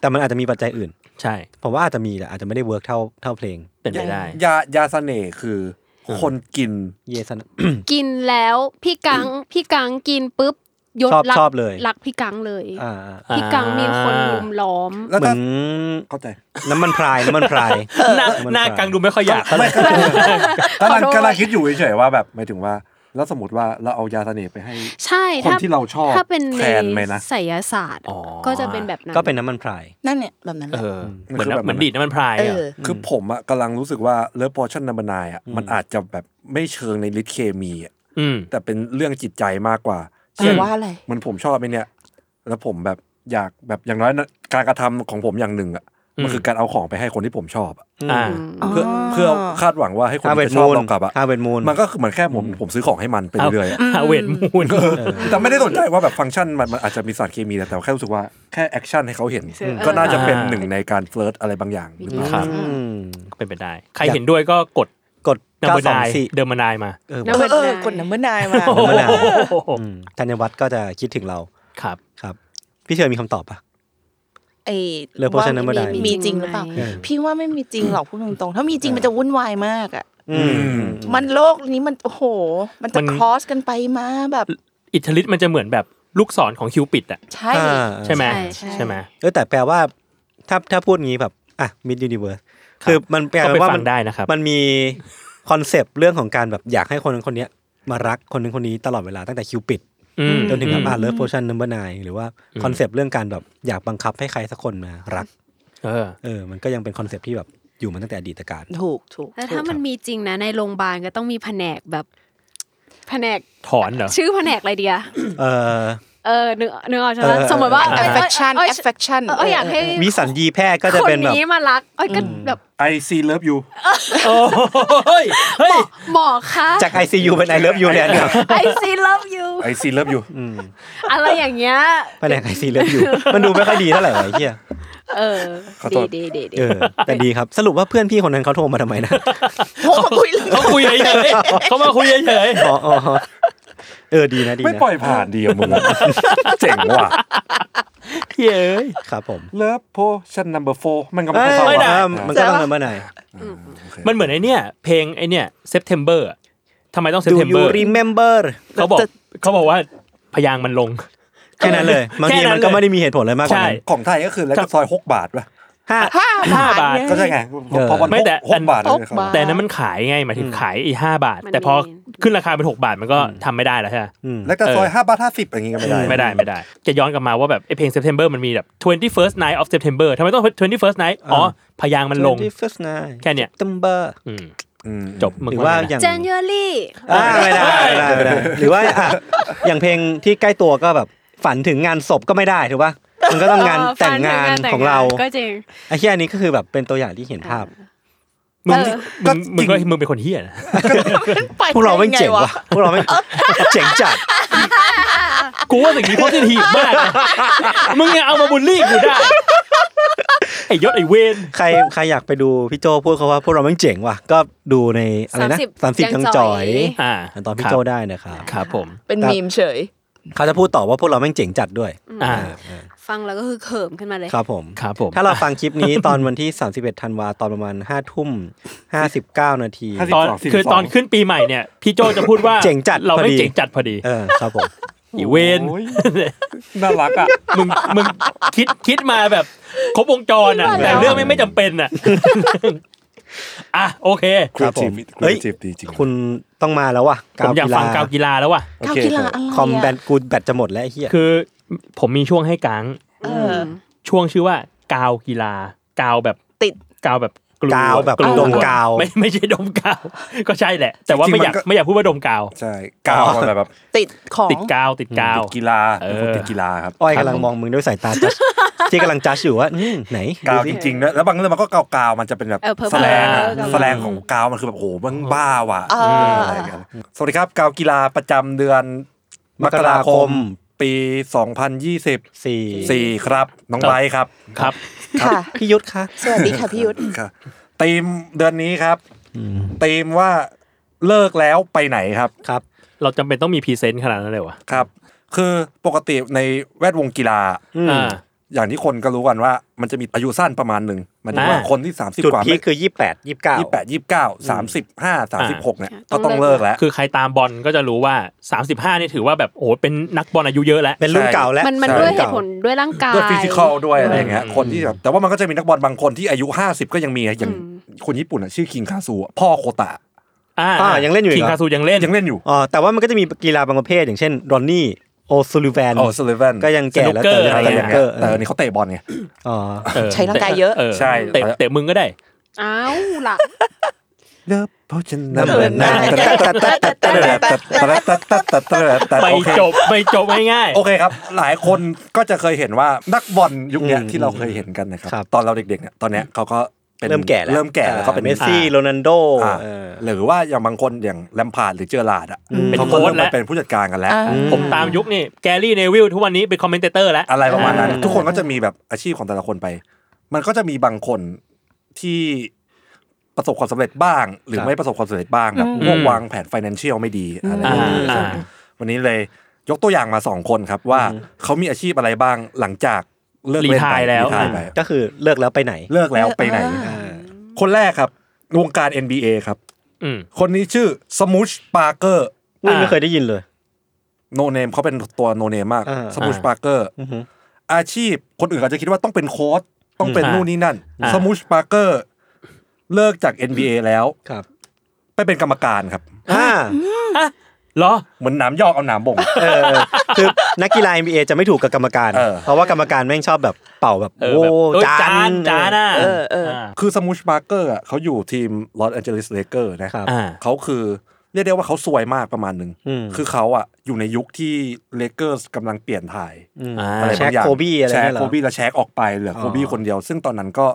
แต่มันอาจจะมีปัจจัยอื่น ใช่ ผมว่าอาจจะมีแหละอาจจะไม่ได้เวิร์กเท่าเท่าเพลง เป็นไปได้ ยายาเสน่ห์คือ คนกิน เยสัน กินแล้วพี่กังพี่กังกินปุ๊บยศ ชอบ รัก ชอบเลย รักพี่กังเลย อ่า พี่กังมีคนลุมล้อม แล้ว เหมื ถ้า อน เข้าใจ น้ำมันพรายน้ำมันพราย หน้าหน้ากังดูไม่ค่อยอยากเท่าไหร่ กำลัง ขอโทษ กำลังคิดอยู่เฉยๆว่าแบบหมายถึงว่า แล้วสมมติว่าเราเอายาเสน่ห์ไปให้ ใช่ คน ถ้า ที่เราชอบ ถ้าเป็น แทนไหม ใน นะ ไสยศาสตร์ อ๋อ ก็จะเป็นแบบนั้น ก็เป็นน้ำมันพราย นั่นเนี่ยแบบนั้นแห เอ ละ อ มัน เหมือน คือแบบนั้น เหมือนดีดน้ำมันพราย เอ อะ อ คือผมอะกำลังรู้สึกว่าเลิฟพอชั่นนัมบนายอะมันอาจจะแบบไม่เชิงในฤทธิ์เคมีอะ อืม แต่เป็นเรื่องจิตใจมากกว่า แต่ว่าอะไร เหมือนผมชอบไอเนี่ย แล้วผมแบบอยากแบบอย่างน้อยนะการกระทำของผมอย่างหนึ่งอะ อืม มันคือการเอาของไปให้คนที่ผมชอบอะ อ่า เพื่อเพื่อคาดหวังว่าให้คน ฮาเวิร์ด ที่ชอบ มูน เรากลับอะ ฮาเวิร์ดมูน มันก็คือเหมือนแค่ผมผมซื้อของให้มันไปเรื่อยๆอะ หาเวทมูล แต่ไม่ได้สนใจว่าแบบฟังก์ชันมันมันอาจจะมีสารเคมีนะแต่แค่รู้สึกว่าแค่แอคชั่นให้เขาเห็น เออ ก็น่าจะเป็น อ่า หนึ่งในการเฟลิร์ตอะไรบางอย่างหรือเปล่า ครับ อืม เป็นไปได้ ใครเห็นด้วยก็กด กด นัม เก้า เบอร์ สอง นาย สี่ เดิมมานายมา เออ น้ำมัน เออ ได้ กดน้ำมันนายมา โอ้โห อืมธัญวัฒน์ก็จะคิดถึงเรา ครับ ครับ พี่เชยมีคำตอบปะ ไอ้ เรื่อง Potion ว่า Number Dial มีจริงหรือเปล่า เออ พี่ว่าไม่มีจริงหรอกพูดตรงๆถ้ามีจริงมันจะวุ่นวายมากอ่ะ อืม มันโลกนี้มันโอ้โห มันจะครอสกันไปมาแบบ อิทธิฤทธิ์มันจะเหมือนแบบลูกศรของคิวปิดอ่ะ ใช่ อ่า ใช่ไหม ใช่ใช่ ใช่ไหม เออแต่แปลว่าถ้าถ้าพูดงี้แบบอ่ะมิดยูนิเวิร์ส ครับ คือมันแปล ก็ไป ว่า ฟั มั งได้นะครับ มันมีคอนเซปต์เรื่องของการแบบอยากให้คนนั้นคนเนี้ยมารักคนนึงคนนี้ตลอดเวลาตั้งแต่คิวปิด อืม จนถึง อื กับ ม อาเลิฟโพชั่นนัมเบอร์นหรือว่า อืม คอนเซปต์เรื่องการแบบอยากบังคับให้ใครสักคนมารัก เออ เออ มันก็ยังเป็นคอนเซปต์ที่แบบอยู่มาตั้งแต่อดีตการ ถูกถูก แล้วถ้ามันมีจริงนะในโรงพยาบาลก็ต้องมีแผนกแบบแผนก ถอนเหรอ ชื่อแผนกอะไรเดีย เออ เออนึกนึกออกใช่ไหม เออ สมมติว่า เอ เอ้ย ฟเฟ เอ้ ค ย ชั่น เอ้ย เอฟเฟคชั่น เอ้ยอยากให้ วิสัญญีแพทย์ก็จะ ค เป็น นแบบ นี้มารักเอ้ยก็แบบ ไอซีเลิฟยู โอ้เฮ้ยเฮ้ย หมอคะ จาก ICU เป็น I love you เนี่ยเนี่ย ไอซีเลิฟยู ไอซีเลิฟยู อืม อะไรอย่างเงี้ย แผนก ICU love you มันดูไม่ค่อยดีเท่าไหร่วะไอ้เหี้ย เออดีดีดีดี เออแต่ดีครับ สรุปว่าเพื่อนพี่คนนั้นเขาโทรมาทำไมนะ โทรมาคุยเลย เขาคุยเฉยๆเขามาคุยเฉย อ๋ออ๋ออ๋อเออดีนะดีนะ ไม่ปล่อยผ่านดีอะมึง เจ๋งว่ะ ๆเย้ย ครับผม เลิฟโพชั่นนัมเบอร์โฟมันก็ เอ ไม่ อ เข้า ไม่ ไม่ ได้ ได้ อ่ะ มันก็ต้องเมื่อไหร่ มันเหมือนไอเนี่ย เพลงไอเนี่ย September อะทำไมต้อง ดูยู September remember เขาบอกเขาบอกว่าพยางค์มันลง แค่นั้นเลยบางที แค่นั้น มันก็ เลย ไม่ได้มีเหตุผลอะไรมากกว่า ใช่ นั้น ของไทยก็คือแล้วก็ซอยหกบาทป่ะ ห้า ห้า ห้าบาท ก็ใช่ไง เออ เพราะมัน ไม่แต่ ห อั ก น บาทเลยครับ บาท แต่อันนั้นมันขายไงหมายถึงขายไอีห้าบาท แต่พอขึ้นราคาเป็นหกบาทมันก็ทำไม่ได้แล้วใช่ไหม อืม แล้วก็ซอย เออ ห้าบาทห้าสิบอย่างงี้ก็ไม่ได้ ไม่ได้ไม่ได้ จะย้อนกลับมาว่าแบบไอเพลง September มันมีแบบ twenty first night of September ทำไมต้อง twenty first night อ๋อ อ่า พยางค์มันลง 21 first night แค่เนี้ย September อืม อืม จบมึง หรือว่า ไงอนะย่าง เจนยูรี่ อ่าไม่ได้ไม่ได้ไม่ได้หรือว่าอ่ะอย่างเพลงที่ใกล้ตัวก็แบบฝันถึงงานศพก็ไม่ได้ถูกป่ะมันก็ต้องงานแต่งงานของเรา ก็จริง ไอ้เหี้ยอันนี้ก็คือแบบเป็นตัวอย่างที่เห็นภาพ มึง เออ มึงมึงก็มึงเป็นคนเฮี้ยนะ ไป พวกเราไม่งเจ๋ง ได้ไ ว่ะพวกเราไม่ง <laughs> เจ๋งจัด กูว่าสิ่งนี้โพสิทีฟมากนะมึงยังเอามาบูลลี่กูได้ ไอ้ยศไอ้เวน ใครใครอยากไปดูพี่โจพูดเขาว่าพวกเราแม่งเจ๋งว่ะ ก็ดูในอะไรนะ สา สาม ม สิ สิ บบ ยั ยังง จ่ จ อ อย ย อ่า อ่านตอนพี่โจได้นะครับ ครับผม เป็นมีมเฉย เขาจะพูดต่อว่าพวกเราแม่งเจ๋งจัดด้วย อ่า ฟังแล้วก็คือเขิมขึ้นมาเลย ครับผม ครับผม ถ้าเราฟังคลิปนี้ ตอนวันที่ 31ธันวาตอนประมาณ5ทุ่ม59 นาที ห้าสิบ ตอน สงสี่สิบสง คือตอนขึ้นปีใหม่เนี่ย พี่โจจะพูดว่า เจ๋งจัด เรา พอ ไม่ ดี เจ๋งจัดพอดี เออครับผม ไอีเวน โอ้ยน่ารักอ่ะ มึงมึงคิดคิดมาแบบ ครบวงจรอ่ะ แต่เรื่องไม่ไม่จำเป็นอ่ะ อ่ะโอเค ครีเอทีฟค เฮ้ รี ย เอทีฟดีจริง คุณต้องมาแล้วว่ะ ผมอยากฟังกาวกีฬาแล้วว่ะ โอ ก้าว เค กีฬา ครับ อะไระ คอมแบตกูแบตจะหมดแล้วไอ้เฮีย คือผมมีช่วงให้กาง เออ ช่วงชื่อว่ากาวกีฬากาวแบบ ติด กาวแบบลู กาวแบบ ลู ดมกาว ไม่ไม่ใช่ดมกาว <laughs> ก็ใช่แหละ แต่ว่าไม่อยากไม่อยากพูดว่าดมกาว ใช่ก้าวอะไรแบบ ติดของ ติดกาวติดกาว ติดกีฬา เออ เป็นคนติดกีฬาครับ อ้อยกำลังมองมึงด้วยสายตาจัด <laughs> ที่กำลังจัดอยู่ว่าอืมไหน กาว ดู จ สิ ริงๆนะแล้วบางเรื่องมันก็กาวกาวๆมันจะเป็นแบบ เออ purple แสลงอะ เออ แสลงของกาวมันคือแบบโอ้โหมันบ้าว่ะ เออ อะไรอย่างเงี้ยสวัสดีครับกาวกีฬาประจำเดือนมกราคมปี 2024 สี่ ครับน้องไบร์ทครับ ครับ ค่ะ พี่ยุทธคะ สวัสดีค่ะพี่ยุทธ ครับธีมเดือนนี้ครับธีมว่าเลิกแล้วไปไหนครับ ครับ เราจำเป็นต้องมีพรีเซนต์ขนาดนั้นเลยวะ ครับ คือปกติในแวดวงกีฬา อ่า อย่างที่คนก็รู้กันว่า มันจะมีอายุสั้นประมาณหนึ่งหมันจะว่า อ่า คนที่ 30 จุด กว่า พีคคือยี่แปดยี่เก้า ยี่แปดยี่เก้าสามสิบห้าสามสิบหกเนี่ย ต้ ก็ อง ต้องเลิกแล้ว คือใครตามบอลก็จะรู้ว่า 35นี่ถือว่าแบบโอ้โหเป็นนักบอลอายุเยอะแล้ว เป็นรุ่น ใช่ เก่าแล้ว มันมัน ใช่ ด้วยเหตุผลด้วยร่างกาย ด้วยฟิสิกอลด้วยอะไรอย่างเงี้ย อืม คนที่แบบแต่ว่ามันก็จะมีนักบอลบางคนที่อายุ 50 ก็ยังมีอะอย่างคนญี่ปุ่นอะชื่อคิงคาซูอะพ่อโคตะ อ่า อ่ายังเล่นอยู่อี คิ ก ง เหร คา อ ซูยังเล่น ยังเล่นอยู่ อ๋อแต่ว่ามันก็จะมีกีฬาบางประเภท อย่างเช่นรอนนี่โอซูลิแวน โอ้สเลเวน ก็ยังแก่แล้ว สนุกเกอร์ แต่ยัแต่ง อย่าง เล่นสนุก เงี้ เกอย ร์ แต่อันนี้เขาเตะบอลไง อ๋อ เออ ใช้ร่างกายเยอะ ใช่ เตะเตะมึงก็ได้ อ้าวล่ะ เลิฟเพราะฉัน นั่นเหมือนนั่น ไป โอเค จบไปจบง่าย โอเคครับ หลายคนก็จะเคยเห็นว่านักบอลยุคเนี้ยที่เราเคยเห็นกันนะครับตอนเราเด็กๆเนี่ยตอนเนี้ยเขาก็เป็น เริ่มแก่แล้ว เริ่มแก่แล้วก็เป็น เมสซี่โรนัลโด อ่า เออ หรือว่าอย่างบางคนอย่างแลมพาร์ดหรือเจอร์ลาร์ดอ่ะ เป็น เขาก็ โค้ เริ่ ช ม แล้ มาว เป็นผู้จัดการกันแล้ว อ่า ผมตามยุคนี่แกรี่เนวิลทุกวันนี้เป็นคอมเมนเตเตอร์แล้ว อะไรประมาณนั้น อ่า ทุกคนก็จะมีแบบอาชีพของแต่ละคนไป มันก็จะมีบางคนที่ประสบความสำเร็จบ้าง หรือ ครับ ไม่ประสบความสำเร็จบ้างแบบพวกวางแผน financial ไม่ดีอะไรอย่างเงี้ย อ่า วันนี้เลยยกตัวอย่างมาสองคนครับว่าเขามีอาชีพอะไรบ้างหลังจากเลิกเล่รีนไท ไป ร์แล้ว รีไทร์ไป ก็คือเลิกแล้วไปไหน เลิกแล้วไปไหน อ่า คนแรกครับ วงการ NBA ครับ อืม คนนี้ชื่อสมูชปาร์เกอร์ อุ้ย อ่า ไม่เคยได้ยินเลย โนเนมเขาเป็นตัวโนเนมมาก อ่า สมูชปาร์เกอร์ อือหือ อาชีพคนอื่นอาจจะคิดว่าต้องเป็นโค้ชต้องเป็น อืม นู่นนี่นั่น อ่า สมูชปาร์เกอร์เลิกจาก NBA แล้ว ครับ ไปเป็นกรรมการครับ อ่า เหรอ เหมือนหนามยอกเอาหนามบ่ง <laughs> เออคือนักกีฬา NBA จะไม่ถูกกับกรรมการ เออ เพราะว่ากรรมการแม่งชอบแบบเป่าแบบ เออ โว้ แบบเอ้ย จา จาน น จานอ่ะ เออเออ คือสมูชปาร์เกอร์อะเขาอยู่ทีมลอสแอนเจลิสเลเกอร์นะ ครับ อ่า เขาคือเรียกได้ว่าเขาซวยมากประมาณหนึ่ง อืม คือเขาอ่ะอยู่ในยุคที่เลเกอร์สกำลังเปลี่ยนถ่าย อ่า อะไร แช บาก งอย่าง โคบี้อะไร แช เนี่ยร์เหร โค อ บี้แล้วแชกออกไปเหลืออ อ โคบี้คนเดียว ซึ่งตอนนั้นก็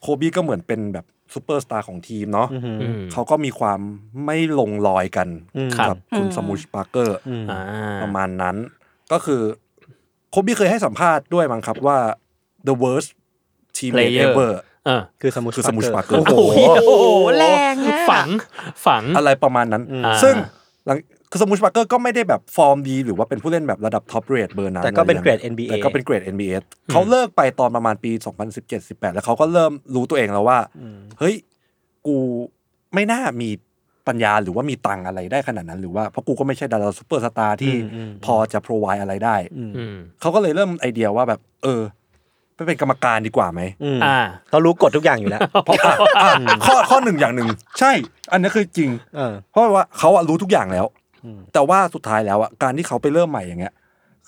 โคบี้ก็เหมือนเป็นแบบซูเปอร์สตาร์ของทีมเนาะ อือหือ อืม เขาก็มีความไม่ลงรอยกัน อืม ครับ กัคุณสมูชปาร์เกอร์ อืม อ่า ประมาณนั้น ก็คือโคบี้เคยให้สัมภาษณ์ด้วยมั้งครับว่า the worst team Player ever เออ คือสมุช คือสมูชปาร์เกอร์ โอ้โห โอ้โห แรงอะ ฝังฝัง อะไรประมาณนั้น อืม ซึ่งหลังคือสมูชปาร์เกอร์ก็ไม่ได้แบบฟอร์มดี หรือว่าเป็นผู้เล่นแบบระดับท็อปเรทเบอร์นั้น แต่ก็เป็น อะไร เกรด อย่าง NBA แต่ก็เป็นเกรด NBA เขาเลิกไปตอนประมาณปี 2017-18 แล้วเขาก็เริ่มรู้ตัวเองแล้วว่า เฮ้ย กูไม่น่ามีปัญญาหรือว่ามีตังอะไรได้ขนาดนั้น หรือว่าเพราะกูก็ไม่ใช่ดาราซูเปอร์สตาร์ที่ อืมอืม พอจะ provide อะไรได้ อืม อืม เขาก็เลยเริ่มไอเดียว่าแบบ เออไปเป็นกรรมการดีกว่าไหม อืม อ่า เขารู้กฎทุกอย่าง <laughs> อยู่แล้ว เพราะอ่ะอ่ะข้อข้อหนึ่งอย่างหนึ่งใช่ อันนี้คือจริง เออ เพราะว่าเขาอะรู้ทุกอย่างแล้ว อืม แต่ว่าสุดท้ายแล้วอะการที่เขาไปเริ่มใหม่อย่างเงี้ย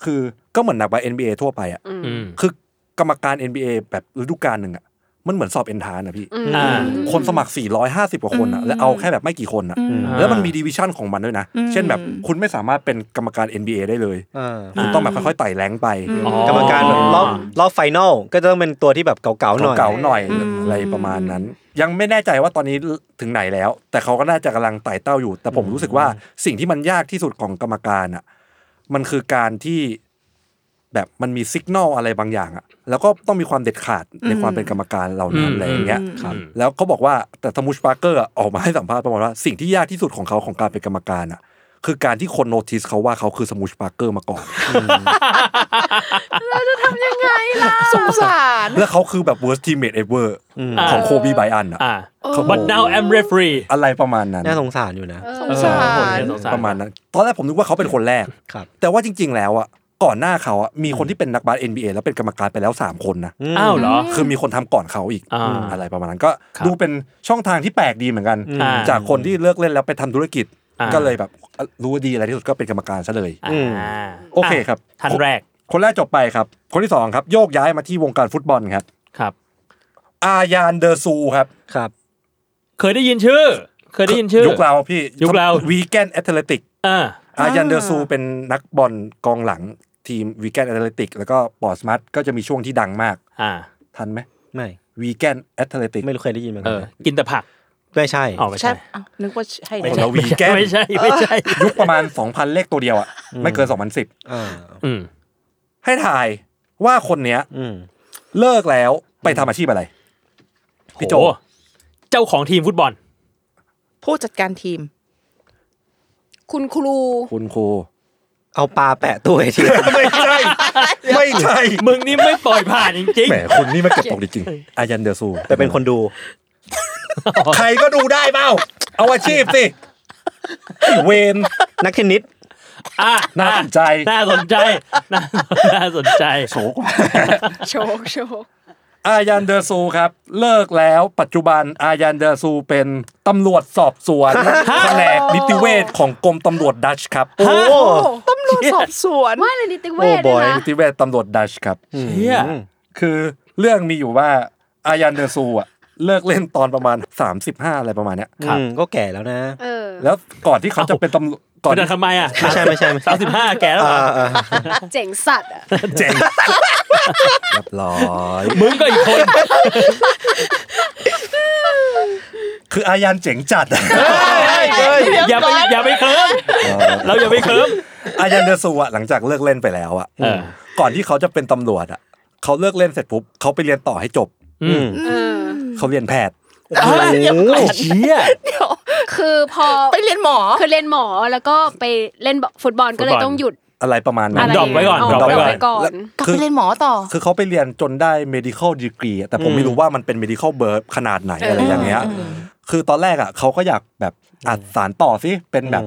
คือก็เหมือนนักบาส NBA ทั่วไปอะ อืม คือกรรมการ NBA แบบฤดูกาลหนึ่งอะมันเหมือนสอบเอนทานอะพี่ อ่า คนสมัคร 450 กว่าคนอะแล้วเอาแค่แบบไม่กี่คนอะ อืม แล้วมันมีดิวิชั่นของมันด้วยนะ อืม เช่นแบบคุณไม่สามารถเป็นกรรมการ NBA ได้เลย เออ คุณต้องแบบค่อยๆไต่แรงค์ไป อ๋อ กรรมการแบบรอบรอบไฟนอลก็จะต้องเป็นตัวที่แบบเก่าๆหน่อย เก่าๆหน่อยอะไรประมาณนั้น ยังไม่แน่ใจว่าตอนนี้ถึงไหนแล้ว แต่เขาก็น่าจะกำลังไต่เต้าอยู่ แต่ผมรู้สึกว่าสิ่งที่มันยากที่สุดของกรรมการอ่ะ มันคือการที่แบบมันมีสัญญาณอะไรบางอย่างอ่ะ แล้วก็ต้องมีความเด็ดขาดในความเป็นกรรมการเหล่านั้น อืม อะไรอย่างเงี้ย อืม ครับ อืม แล้วเขาบอกว่าแต่ทมูชปาร์เกอร์ออกมาให้สัมภาษณ์ประมาณว่าสิ่งที่ยากที่สุดของเขาของการเป็นกรรมการอ่ะ คือการที่คนโนติสเขาว่าเขาคือสมูชปาร์เกอร์มา <laughs> ก่อน สงสาร แล้วเขาคือแบบ worst teammate ever ของโคบีไบอันอ่ะ อ่า เขาบอก but now I'm referee อะไรประมาณนั้น น่าสงสารอยู่นะ สงสา เออโหด ร เนี่ยสงสาร ประมาณนั้น ตอนแรกผมนึกว่าเขาเป็นคนแรก ครับ แต่ว่าจริง ๆ แล้วอ่ะ ก่อนหน้าเขาอะมีคนที่เป็นนักบาส NBA แล้วเป็นกรรมการไปแล้วสามคนนะ อ้าวเหรอ คือมีคนทำก่อนเขาอีก อ่า อะไรประมาณนั้นก็ ครับ ดูเป็นช่องทางที่แปลกดีเหมือนกัน อ่า จากคนที่เลิกเล่นแล้วไปทำธุรกิจ อ่า ก็เลยแบบรู้ว่าดีอะไรที่สุดก็เป็นกรรมการซะเลย อ่า อืม โอเคครับ ทันแรก คนแรกจบไปครับ คนที่สองครับโยกย้ายมาที่วงการฟุตบอลครับ ครับ อายานเดอร์ซูครับ ครับ เคยได้ยินชื่อ เคยได้ยินชื่อ ยุคเราพี่ ยุคเรา วีแกนแอตเลติก อ่า อายันเดอร์ซูเป็นนักบอลกองหลังทีมวีแกนแอตเลติกแล้วก็ปอร์สมัตก็จะมีช่วงที่ดังมาก อ่า ทันไหม ไม่ วีแกนแอตเลติก ไม่รู้เคยได้ยินเหมือน เอ กั อ น กินแต่ผัก ไม่ใช่ อ๋อไม่ ใช่ ใช่ อ้าวนึกว่าใช่ ไม่ใช่วีแกน ไม่ใช่ไม่ใช่ ยุคประมาณ <laughs> 2,000 เลขตัวเดียวอ่ะไม่เกิน 2010 อ่า อืม ให้ถ่ายว่าคนเนี้ย อืม เลิกแล้วไปทำอาชีพอะไร พี่โจ หเจ้าของทีมฟุตบอล ผู้จัดการทีม คุณครู คุณครู เอาปลาแปะตัวไอ้ที <laughs> ไม่ใช่ <laughs> ไม่ใช่ มึงนี่ไม่ปล่อยผ่านจริง แหมคุณนี่มาเก็บตกจริงๆอายันเดอร์ซู แต่เป็นคนดู ใครก็ดูได้เปล่าเอาอาชีพสิไอ้ <laughs> เวน นักเทนนิส ๆอ่ะ น่าสนใจ น่าสนใจน่าน่าสนใจ โชคโชค อายันเดอร์ซูครับ เลิกแล้วปัจจุบันอายันเดอร์ซูเป็นตำรวจสอบส <laughs> วน แผนกนิติเวชของกรมตำรวจดัช <laughs> ครับ โอ้ ตำรวจสอบสวน ว่าเลยนิติเวช โอ้ ด้วยนะ นิติเวชตำรวจดัชครับ เชี่ย คือเรื่องมีอยู่ว่าอายันเดอร์ซูอะเลิกเล่นตอนประมาณ 35 อะไรประมาณเนี้ย อืมก็แก่แล้วนะ เออ แล้วก่อนที่เขาจะเป็นตำรวจก่ ก่ อ อน น ที่ ทำไมอ่ะ ไม่ใช่ไม่ใช่ไม่ สา ใช่ มสิบห้าแกแล้วเหรอ อ่า เจ๋งสัตว์อะ เจ๋ง <laughs> เรียบร้อย มึงก็อีกคน <laughs> คืออายันเจ๋งจัด อย่าไปอย่าไปเคิร์มเราอย่าไปเคิร์ม <laughs> อายันเดอร์ซูอะหลังจากเลิกเล่นไปแล้วอะ เออ ก่อนที่เขาจะเป็นตำรวจอะเขาเลิกเล่นเสร็จปุ๊บเขาไปเรียนต่อให้จบ อืม เออ เขาเรียนแพทย์ ไอ้เชี่ย คือพอ ไปเรียนหมอ คือเล่นหมอแล้วก็ไปเล่นฟุตบอลก็เลย ฟุตบอล ต้องหยุด อะไรประมาณ มั นั้น น ดรอปไว้ก่อน เอา ดรอปไว้ก่อน ไว้ก่อน กลับ คือ ไปเรียนหมอต่อ คือเขาไปเรียนจนได้ medical degree อะแต่ผมไม่รู้ว่ามันเป็น medical birth ขนาดไหนอะไรอย่างเงี้ย คือตอนแรกอ่ะเขาก็อยากแบบอัดสารต่อสิเป็นแบบ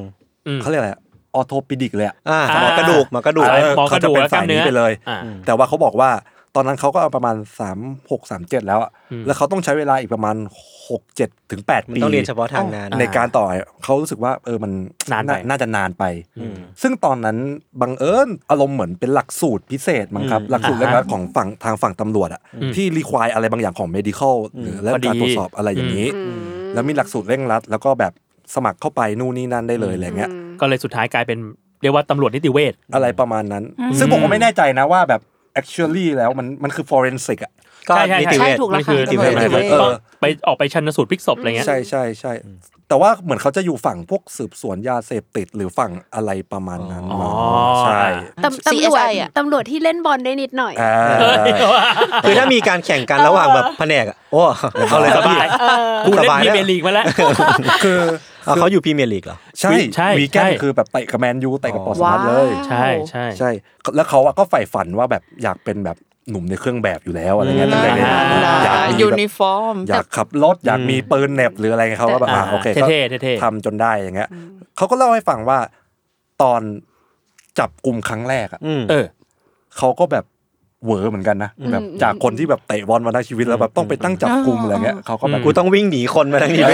อืม เขาเรียกอะไรออโทปิดิกเลยอะ อ่าหมอกระดูกหมอกระดูก สาย เออ หมอก เขา ระ จะ ดูก เป็น และก สา ล้าย ม นี้ เนื้อ ไปเลย อ่า แต่ว่าเขาบอกว่าตอนนั้นเขาก็เอาประมาณ 3 6 3 7 แล้วอ่ะแล้วเขาต้องใช้เวลาอีกประมาณ 6 7ถึง8 มัน ปี ต้องเรียนเฉพาะทางงาน ในการต่อเขารู้สึกว่าเออมัน นานไป น่าจะนานไป ซึ่งตอนนั้นบังเอิญอารมณ์เหมือนเป็นหลักสูตรพิเศษมั้งครับ อืม หลักสูตร อ่าฮะ แรกๆของฝั่งทางฝั่งตำรวจอ่ะ อืม ที่รีควายอะไรบางอย่างของ medical หรือเรื่องการ พอดี ตรวจสอบอะไรอย่างนี้ อืม แล้วมีหลักสูตรเร่งรัด แล้วก็แบบสมัครเข้าไปนู่นนี่นั่นได้เลยอะไรเงี้ย ก็เลยสุดท้ายกลายเป็นเรียกว่าตำรวจนิติเวช อะไรประมาณนั้น ซึ่งผมก็ไม่แน่ใจนะว่าแบบ actually แล้วมันมันคือ forensic อ่ะ ก็ ใช่ใช่ นิติเวช ใช่ถูก มันคือ นิติเวช มันคือต้องไปออกไปชันสูตรพลิกศพอะไรเงี้ย ใช่ใช่ใช่แต่ว่าเหมือนเขาจะอยู่ฝั่งพวกสืบสวนยาเสพติดหรือฝั่งอะไรประมาณนั้น อ๋อ ใช่ ตำตำรวจ CSI อะ ตำรวจที่เล่นบอลได้นิดหน่อย อ่า คือถ้ามีการแข่งกันระหว่างแบบแผนกอะโอ้เอาเลยค ส รับพี่ บายกูเล่ ส น บาย พรี นะ เมียร์ลีกมาแล้ว คือ เอาเขาอยู่พรีเมียร์ลีกเหรอ ใช่ ใช่ วีแกน ใช่ คือแบบเตะกับแมนยูเตะกับปอร์สมั ว้า ต ว เลย ใช่ใช่ ใช่ แล้วเขาอะก็ใฝ่ฝันว่าแบบอยากเป็นแบบหนุ่มในเครื่องแบบอยู่แล้วอะไรเงี้ย อื ตั้ง ม แต่เด็กอยากมี ยู แบบ นิฟอร์ม อยากขับรถอยากมีปืนเหน็บหรืออะไรเงี้ยเขาก็แบบอ่าโอเคก็ เท่ๆเท่ๆ ทำจนได้อย่างเงี้ยเขาก็เล่าให้ฟังว่าตอนจับกลุ่มครั้งแรกอะ อืม เออ เขาก็แบบเหวอเหมือนกันนะแบบจากคนที่แบบเตะบอลมาได้งชีวิตแล้วแบบต้องไปตั้งจับกลุ่มอะไรเงี้ยเขาก็แบบ กูต้องวิ่งหนีคนมาทั้งนี้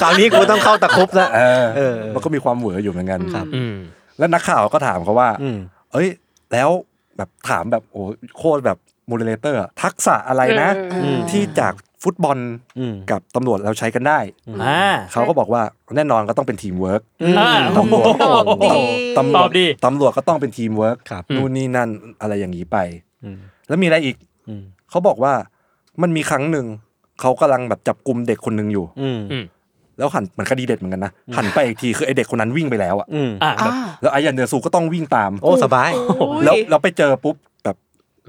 คราวนี้กูต้องเข้าตะครุบละ เออ เออ มันก็มีความเหวออยู่เหมือนกัน อืม แล้วนักข่าวก็ถามเขาว่า อืม เอ้ย แล้วแบบถามแบบโอ้โคตรแบบโมเดเลเตอร์ทักษะอะไรนะ เออ อืม ที่จากฟุตบอล อืม กับตำรวจเราใช้กันได้ อ่า เขาก็บอกว่าแน่นอนก็ต้องเป็นทีมเวิร์ก อ่า ตำรวจ โอ้โห ตำร ต ว อ จ บดี ตำรวจก็ต้องเป็นทีมเวิร์ก ครับ นู่นนี่นั่นอะไรอย่างนี้ไป อืม แล้วมีอะไรอีก อืม เขาบอกว่ามันมีครั้งหนึ่ง เขากำลังแบบจับกลุ่มเด็กคนหนึ่งอยู่ อืม แล้วหันเหมือนคดีเด็ดเหมือนกันนะหันไปอีกทีคือไอเด็กคนนั้นวิ่งไปแล้วอะ อืม อ่าแบบ แล้วไอยันเดอร์ซูก็ต้องวิ่งตาม โอ้สบาย แล้วเราไปเจอปุ๊บแบบ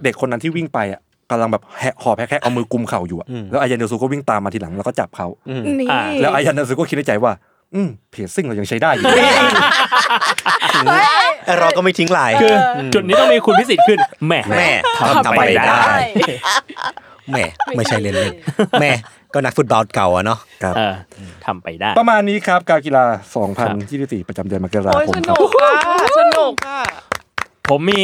เด็กคนนั้นที่วิ่งไปอ่ะกำลังแบบแหะหอบแฮกแคะเอามือกุมเข่าอยู่อ่ะ อืม แล้วอายันเดลซูก็วิ่งตามมาทีหลังแล้วก็จับเขา อืม นี่ อ่า แล้วอายันเดลซูก็คิดในใจว่า อืมเพจซิ่งเรายังใช้ได้อยู่ <laughs> เราก็ไม่ทิ้งลาย คือจุดนี้ต้องมีคุณพิสิทธิ์ขึ้นแหม่ แม่ทำทำไปได้ แม่ไม่ใช่เล่นเล่นแม่ก็นักฟุตบอลเก่าอะเนาะ ครับ เออทำไปได้ ประมาณนี้ครับการกีฬา 2024 ประจำเดือนมกรา โอ้ย คม สนุครับ กอ่ะสนุกอ่ะ ผมมี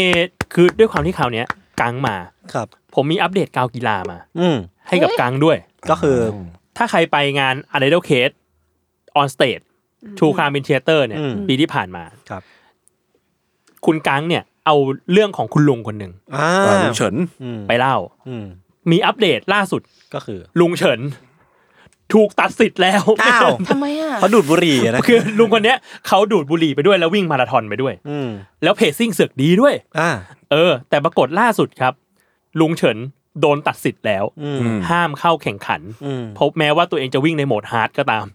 คือด้วยความที่ข่าวเนี้ยกังมา ครับ ผมมีอัปเดตกาวกีฬามา อืม ให้กับกังด้วย ก็คือ ถ้าใครไปงาน a d e l c a s e on stage ชูคามินเทเตอร์เนี่ย อืม ปีที่ผ่านมา ครับ คุณกังเนี่ย เอาเรื่องของคุณลุงคนหนึ่ง อ่า อ่าลุงเฉิน อืม ไปเล่า อืม มีอัปเดตล่าสุด ก็คือ ลุงเฉิน ถูกตัดสิทธิ์แล้ว อ้าว ทำไมอ่ะ เขาดูดบุหรี่นะ <laughs> คือลุงคนเนี้ยเขาดูดบุหรี่ไปด้วยแล้ววิ่งมาราธอนไปด้วย อืม แล้วเพจซิ่งเสือกดีด้วย อ่า เออ แต่ปรากฏล่าสุดครับ ลุงเฉินโดนตัดสิทธิ์แล้ว อืม ห้ามเข้าแข่งขัน อืม พบแม้ว่าตัวเองจะวิ่งในโหมดฮาร์ดก็ตาม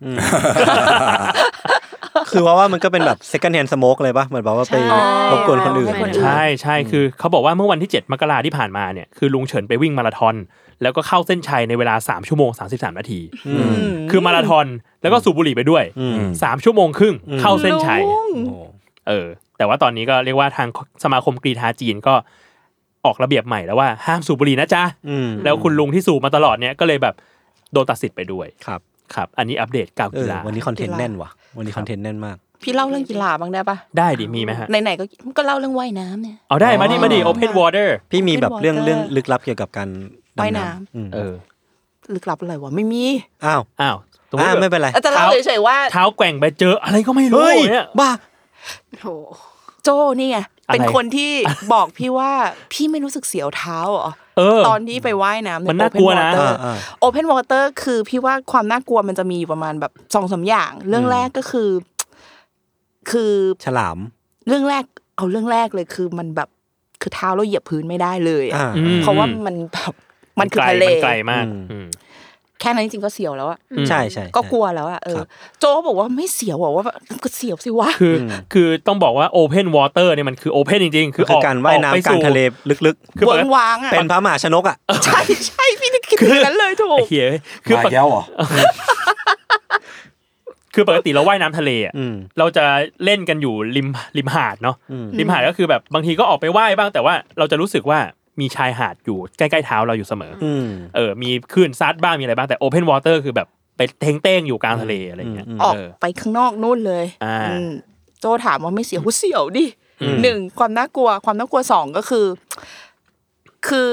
คือว่าว่ามันก็เป็นแบบ second hand smoke เลยปะเหมือนแบบว่าไป ใช่ รบกวนคนอื่น ให้คนอื่น ใช่ใช่คือเขาบอกว่าเมื่อวันที่ 7 มกราที่ผ่านมาเนี่ยคือลุงเฉินไปวิ่งมาราธอน แล้วก็เข้าเส้นชัยในเวลา 3 ชั่วโมง 33 นาที คือมาราธอนแล้วก็สูบบุหรี่ไปด้วย อืม 3 ชั่วโมงครึ่งเข้าเส้นชัย เออ แต่ว่าตอนนี้ก็เรียกว่าทางสมาคมกรีฑาจีนก็ออกระเบียบใหม่แล้วว่าห้ามสูบบุหรี่นะจ๊ะ อืม แล้วคุณลุงที่สูบมาตลอดเนี่ยก็เลยแบบโดนตัดสิทธิ์ไปด้วย ครับ ครับ อันนี้อัปเดตกาว เอ กี อ ฬา วันนี้คอนเทนต์แน่นว่ะ วันนี้คอนเทนต์แน่นมาก พี่เล่าเรื่องกีฬาบ้างได้ปะ ได้ดิมีไหมฮะ ไหนๆก็ก็เล่าเรื่องว่ายน้ำเนี่ย เอาได้มาดิมาดิ open water พี่มีแบบเรื่อง Open water เรื่องลึกลับเกี่ยวกับการดำ ว่ายน้ำ อืม เออ ลึกลับอะไรวะไม่มี อ้าว อ้าวสติ อ่า แบบ ไม่เป็นไร แต่เล่าเฉยๆว่า เท้าแกว่งไปเจออะไรก็ไม่รู้ เฮ้ย เนี่ย บ้า โห โจ้นี่ไง อะไร เป็นคนที่ บอกพี่ว่าพี่ไม่รู้สึกเสียวเท้าเหรอ เออ ตอนที่ไปว่ายน้ำ มันน่ากลัวนะ โอเพนวอเตอร์คือพี่ว่าความน่ากลัวมันจะมีอยู่ประมาณแบบสองสามอย่าง เรื่องแรกก็คือ คือ ฉลาม เรื่องแรกเอาเรื่องแรกเลยคือมันแบบคือเท้าเราเหยียบพื้นไม่ได้เลยอะ อ่า อืม เพราะว่ามันแบบมันคือ ไก ทะเล มันไกลมาก อืม อืม แค่นั้นจริงๆก็เสียวแล้วอะ ใช่ใช่ ก็กลัวแล้วอะเออ ครับ โจบอกว่าไม่เสียวเหรอว่าแบบก็เสียวสิวะ คืออคือต้องบอกว่า Open Water เนี่ยมันคือ Open จริง ๆ คื คือ อ คือ ออก การว่าย ออไป น้ำกลาง สู่ ทะเลลึก คือ เวิงวาง ๆ อะ เป็นพระมหาชนกอ่ะ ใช่ใช่พี่นึกคิดถึงอย่างนั้นเลยถูก ไอ้เหี้ยคือ มา ปก แย้วเหรอ คือปกติเราว่ายน้ำทะเลอะ อืม เราจะเล่นกันอยู่ริมริมหาดเนาะ อืม ริมหาดก็คือแบบบางทีก็ออกไปว่ายบ้างแต่ว่าเราจะรู้สึกว่ามีชายหาดอยู่ใกล้ๆเท้าเราอยู่เสมออ อืม เออมีคลื่นซัดบ้างมีอะไรบ้างแต่ Open Water คือแบบไปเท้งเต้งอยู่กลางทะเลอะไรเงี้ย ออกไปข้างนอกนู่นเลย อ่า อืมโจถามว่าไม่เสียวเสียวดิหนึ่งความน่ากลัว ความน่ากลัวสองก็คือ คือ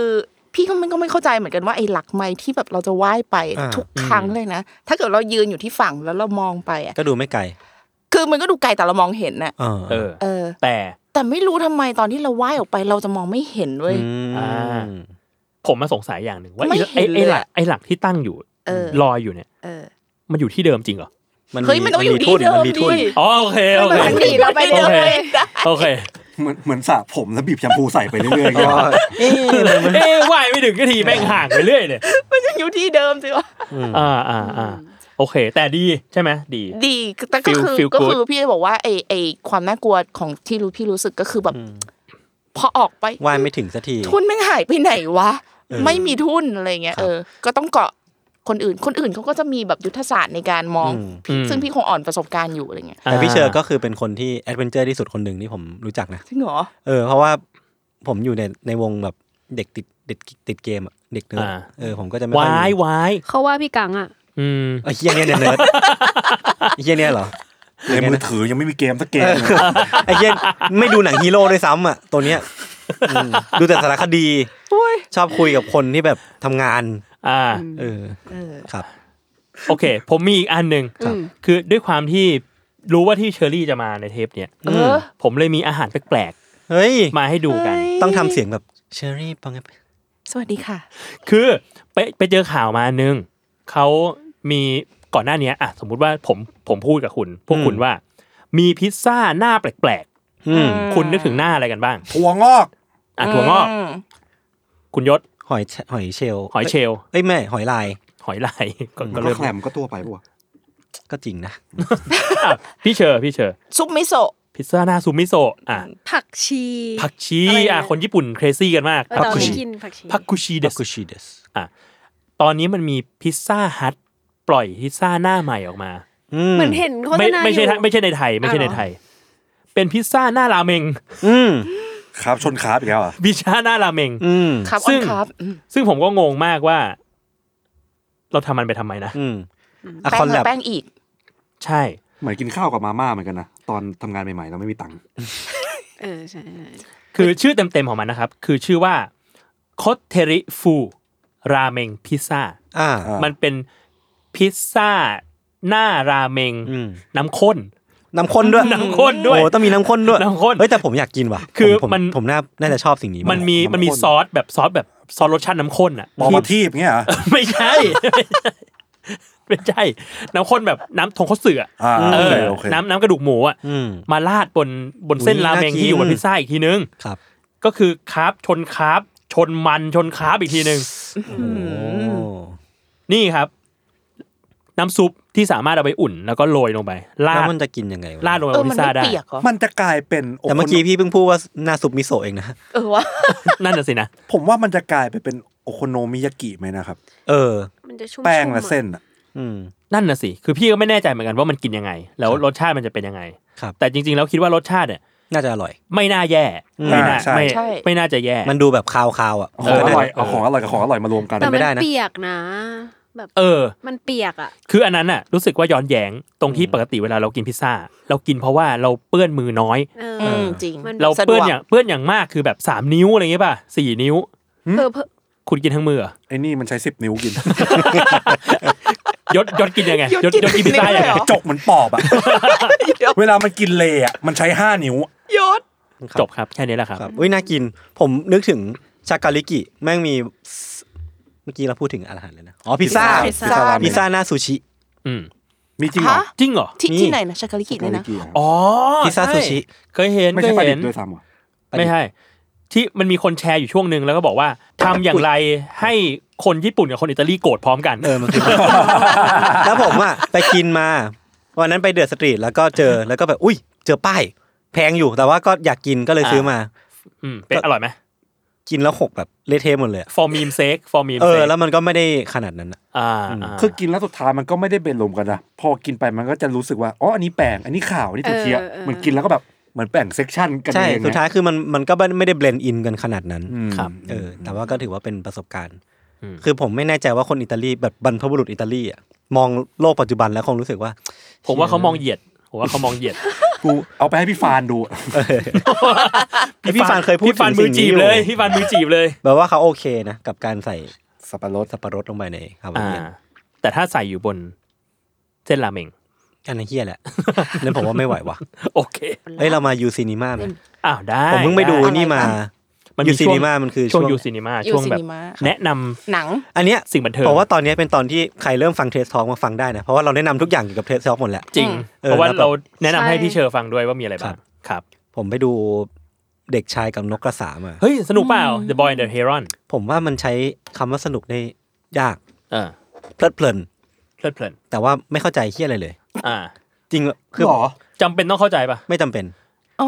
พี่ก็มันก็ไม่เข้าใจเหมือนกันว่าไอ้หลักไม้ที่แบบเราจะว่ายไป อ่า ทุกครั้งเลยนะ ถ้าเกิดเรายืนอยู่ที่ฝั่งแล้วเรามองไปอ่ะ ก็ดูไม่ไกล คือมันก็ดูไกลแต่เรามองเห็นน่ะ เออ เออ เออ แต่ แต่ไม่รู้ทำไมตอนที่เราว่ายออกไป เราจะมองไม่เห็นเว้ย อืม ผมมาสงสัยอย่างหนึ่งว่า ไม่ ไอ้ เห็ ไอ้ไอ้นเลย หลัก อะ ไอ้หลักที่ตั้งอยู่ เออ ลอยอยู่เนี่ย เออ มันอยู่ที่เดิมจริงเหรอ มัน เฮ้ยมันต้องอยู่ที่เดิม น ดิ ทุ่น อ๋อโอเคโอ มั เคน หนีเราไปเดิมเลยนะ โอเค เหมือนเหมือนสระผมแล้วบีบแชมพูใส่ไปเรื่อยๆอย่าง อ๋ เงี้ย อเอ๊ะ เอ้ว่ายไม่ถึงก็ทีแม่งห่างไปเรื่อยเลย มันยัง <laughs> อยู่ที่เดิมสิวะ อ่าอ่าอ่าโอเค แต่ดีใช่ไหมดี ดีแต่ก็ Feel- คือ feel ก็ good คือพี่เลยบอกว่าไอไอความน่ากลัวของที่รู้พี่รู้สึกก็คือแบบ พอออกไป ว่ายไม่ถึงสักที ทุนไม่งหายไปไหนวะ ไม่มีทุนอะไรเงี้ย ครับ เออ ก็ต้องเกาะคนอื่น คนอื่นเขาก็จะมีแบบยุทธศาสตร์ในการมอง อืม อืม ซึ่งพี่คงอ่อนประสบการณ์อยู่อะไรเงี้ย แต่พี่เชอร์ก็คือเป็นคนที่แอดเวนเจอร์ที่สุดคนหนึ่งที่ผมรู้จักนะ จริงเหรอ เออเพราะว่าผมอยู่ในในวงแบบเด็กติดเด็กติดเกมอะเด็กเนิร์ด อ่า เออผมก็จะไม่ค่อ วาย ย รู้ วาย เขาว่าพี่กังอ่ะ อืม เออเฮียเนี่ยเนี่ยเนิร์ดไอ้เฮียเนี่ยเหรอ ในมือถือยังไม่มีเกมสักเกมเลย ไอ้เฮียไม่ดูหนังฮีโร่ด้วยซ้ำอะตัวเนี้ยอืมดูแต่สารคดีชอบคุยกับคนที่แบบทำงาน อ่า เออ เออ ครับ โอเค ผมมีอีกอันหนึ่ง ครับ คือด้วยความที่รู้ว่าที่เชอรี่จะมาในเทปเนี่ย เออ ผมเลยมีอาหารแปลก เฮ้ย ๆมาให้ดูกัน ต้องทำเสียงแบบเชอรี่ปัง สวัสดีค่ะ คือไปไปเจอข่าวมาอันนึงเขามีก่อนหน้าเนี้ยอ่ะสมมุติว่าผมผมพูดกับคุณ พวกคุณว่า มีพิซซ่าหน้าแปลก อืม ๆ คุณนึกถึงหน้าอะไรกันบ้าง ถั่วงอก อ่ะถั่วงอกคุณยศ หอยเชหอยเชลล์ หอยเชลล์ เอ้ยแม่หอยลาย หอยลายก็ มัน ก็ ก็ เริ่ม แคลมก็ตัวไปปะวะ ก็จริงนะ อ่ะพี่เชอร์พี่เชอร์ ซุปมิโซะ พิซซ่าหน้าซูมิโซะอ่ะ ผักชี ผักชี อะไรนะ อ่ะคนญี่ปุ่นเครซี่กันมาก เออตอนนี้กินผักชี ผักกุชิเด บัก ส กุชิเดส ตอนนี้มันมีพิซซ่าฮัทปล่อยพิซซ่าหน้าใหม่ออกมา อื เหมือนเห็นโฆษ ไม่ ณา ไม่ใช่ อยู่ ไม่ใช่ในไทย ไม่ใช่ใน อ้าวเหรอ ไทย เป็นพิซซ่าหน้าราเมง <laughs> อืม ครับชนคาบอีกแล้วเหรอ่ะ วิชาหน้าราเมง อืม ครับอ ซึ่ อง นครับ ซึ่งผมก็งงมากว่า เราทำมันไปทำไมนะ อืมอะ แป้ คอง นแล และ บ แป้งอีก ใช่ เหมือนกินข้าวกับมาม่าเหมือนกันนะตอนทำงานใหม่ๆเราไม่มีตังค์ เออใช่ใช่ คือชื่อเต็มๆของมันนะครับ คือชื่อว่าคอเทริฟูราเมงพิซซ่า อ่า มันเป็นพิซซ่าหน้าราเมง อืม น้ำข้น น้ำข้นด้วย น้ำข้นด้วย โอ้ต้องมีน้ำข้นด้วย น้ำข้น เฮ้ยแต่ผมอยากกินว่ะ คือ ผม มัน ผมน่าน่าจะชอบสิ่งนี้าก มันมี น้ำข้น มันมีซอสแบบซอสแบบซอสรสชาติน้ำข้นอ่ะ มอมาทีบเงี้ยเหรอ <laughs> ไม่ใช่ ไม่ใช่ น้ำข้นแบบน้ำทงข้าวเสืออะ อ่า เออ โอเคโอเค น้ำน้ำกระดูกหมูอ่ะ อืม มาราดบนบนเส้น อุ๊ย ราเมง น่ากิน ที่อยู่บนพิซซ่าอีกทีนึง ครับ ก็คือคาร์บชนคาร์บชนมันชนคาร์บอีกทีนึง นี่ครับ น้ำซุปที่สามารถเอาไปอุ่น แล้วก็โรยลงไปลา แล้ว ด มันจะกินยังไงวะ ลาดลงไป เอบ อน มั พิซนซ่า ไม่ ได้ เปียกเหรอ มันจะกลายเป็นโค แต่เมื่อกี้พี่เพิ่งพูดว่าหน้าซุปมิโซะเองนะ เออวะ นั่นน่ะสินะ ผมว่ามันจะกลายไปเป็นโอโคโนมิยากิไหมนะครับ เออ มันจะชุ่มๆ แป้งและ อ เส้นอะ อืม นั่นน่ะสิ คือพี่ก็ไม่แน่ใจเหมือนกันว่ามันกินยังไง แล้วรสชาติมันจะเป็นยังไง ครับ แต่จริงๆ แล้วคิดว่ารสชาติเนี่ย น่าจะอร่อย ไม่น่าแย่ ไม่น่า อ่าใช่ ไม่ไม่น่าจะแย่ มันดูแบบคาวๆอ่ะ ของอร่อยเอาของอร่อยกับของอร่อยมารวมกัน แต่ ไม่ มัน ได้นะ เปียกนะ แบบ เออ มันเปียกอ่ะ คืออันนั้นน่ะรู้สึกว่าย้อนแย้งตรงที่ปกติเวลาเรากินพิซซ่า เรากินเพราะว่าเราเปื้อนมือน้อย เออ อืมจริง มัน เรา สะดวก เปื้อนอย่างเปื้อนอย่างมากคือแบบสามนิ้วอะไรเงี้ยป่ะสี่นิ้ว เพิ่มเพิ่ม คุณกินทั้งมือเหรอ ไอ้นี่มันใช้สิบนิ้วกิน ยศยศกินยังไง ยศกิน ยศกินพิซซ่า นิ้วเลย ยังไง เหรอ จกเหมือนปอบอะเวลามันกินเลอะมันใช้ห้านิ้วย ศ จบครับแค่นี้แหละครับ ครับอุ้ยน่ากิน ผมนึกถึงชากาลิกิแม่งมี เมื่อกี้เราพูดถึงอาหารเลยนะ อ๋อพิซซ่า พิซซ่า พิซซ่าหน้าซูชิ อืม มีจริงเหรอ ฮะ จริงเหรอ ที่ มี ที่ไหนนะชากาลิกิเนี่ยนะ อ๋อ อ๋อ พิซซ่า ใช่ ซูชิ เคยเห็น ไม่ เค ใช่ ย ปลาดิ เห็ บ น ด้วยซ้ำเหรอ ประดิษฐ์ ไม่ใช่ที่มันมีคนแชร์อยู่ช่วงหนึ่งแล้วก็บอกว่าทำอย่างไรให้คนญี่ปุ่นกับคนอิตาลีโกรธพร้อมกัน เออมันคือ <laughs> แล้วผมอ่ะไปกินมาวันนั้นไปเดือดสตรีทแล้วก็เจอแล้วก็แบบอุ้ย เจอป้าย แพงอยู่แต่ว่าก็อยากกินก็เลยซื้อมา อืมเป็นอร่อยไหม กินแล้วหกแบบเละเทะหมดเลยอะ for meme sake for meme เออ sake แล้วมันก็ไม่ได้ขนาดนั้นอะ อ่า คือกินแล้วสุดท้ายมันก็ไม่ได้เป็นลมกันนะพอกินไปมันก็จะรู้สึกว่าอ๋ออันนี้แป้งอันนี้ข่าวอันนี้ถั่วเทียมเหมือนกินแล้วก็แบบเหมือนแบ่งเซกชันกัน ใช่ เอง สุดท้ายคือมันมันก็ไม่ได้เบลนด์อินกันขนาดนั้น ครับ เออ แต่ว่าก็ถือว่าเป็นประสบการณ์ คือผมไม่แน่ใจว่าคนอิตาลีแบบบรรพบุรุษอิตาลีอ่ะมองโลกปัจจุบันแล้วคงรู้สึกว่า ผมว่าเขามองเหยียดผมว่าเขามองเหยียด กูเอาไปให้พี่ฟานดู พี่พี่ฟานเคยพูด พี่ฟาน ถึ มือง สิ่ จี งนี้อบยู่ เลยพี่ฟานมือจีบเลย แบบว่าเขาโอเคนะกับการใส่ สับปะรด สับปะรดลงไปในฮาวา อ่า เอียน แต่ถ้าใส่อยู่บนเส้นราเมง อันนั้นเฮี้ยแหละ <laughs> นั้นผมว่าไม่ไหว <laughs> ว่ะ โอเค เอ้ยเรามายูซีนีมาไหม อ้าวได้ ผมเพิ่งไปดู ด้ นี่มา มัน ยู มี ซี ช่วง นีมามันคือ ช่วงยู ซี ซีนีมา ยู ช่วง ซี แบบ นีมา แนะนำ หนัง อันเนี้ย สิ่งบันเทิง ผมว่าตอนเนี้ยเป็นตอนที่ใครเริ่มฟังเทสทอกมาฟังได้นะเพราะว่าเราแนะนำทุกอย่างเกี่ยวกับเทสทอกหมดแหละ จริง เออ เพราะว่า แล้วแบบ เราแนะนำให้ ใช่ พี่เชอร์ฟังด้วยว่ามีอะไรคบ้างรับ ครับ ผมไปดูเด็กชายกับนกกระสามา เฮ้ย สนุกเปล่า The Boy and the Heron ผมว่ามันใช้คำว่าสนุกได้ยาก เออ เพลิดเพลิน เพลิดเพลิน แต่ว่าไม่เข้าใจเฮี้ยอะไรเลย อ่า จริงคือ จำเป็นต้องเข้าใจป่ะ ไม่จำเป็น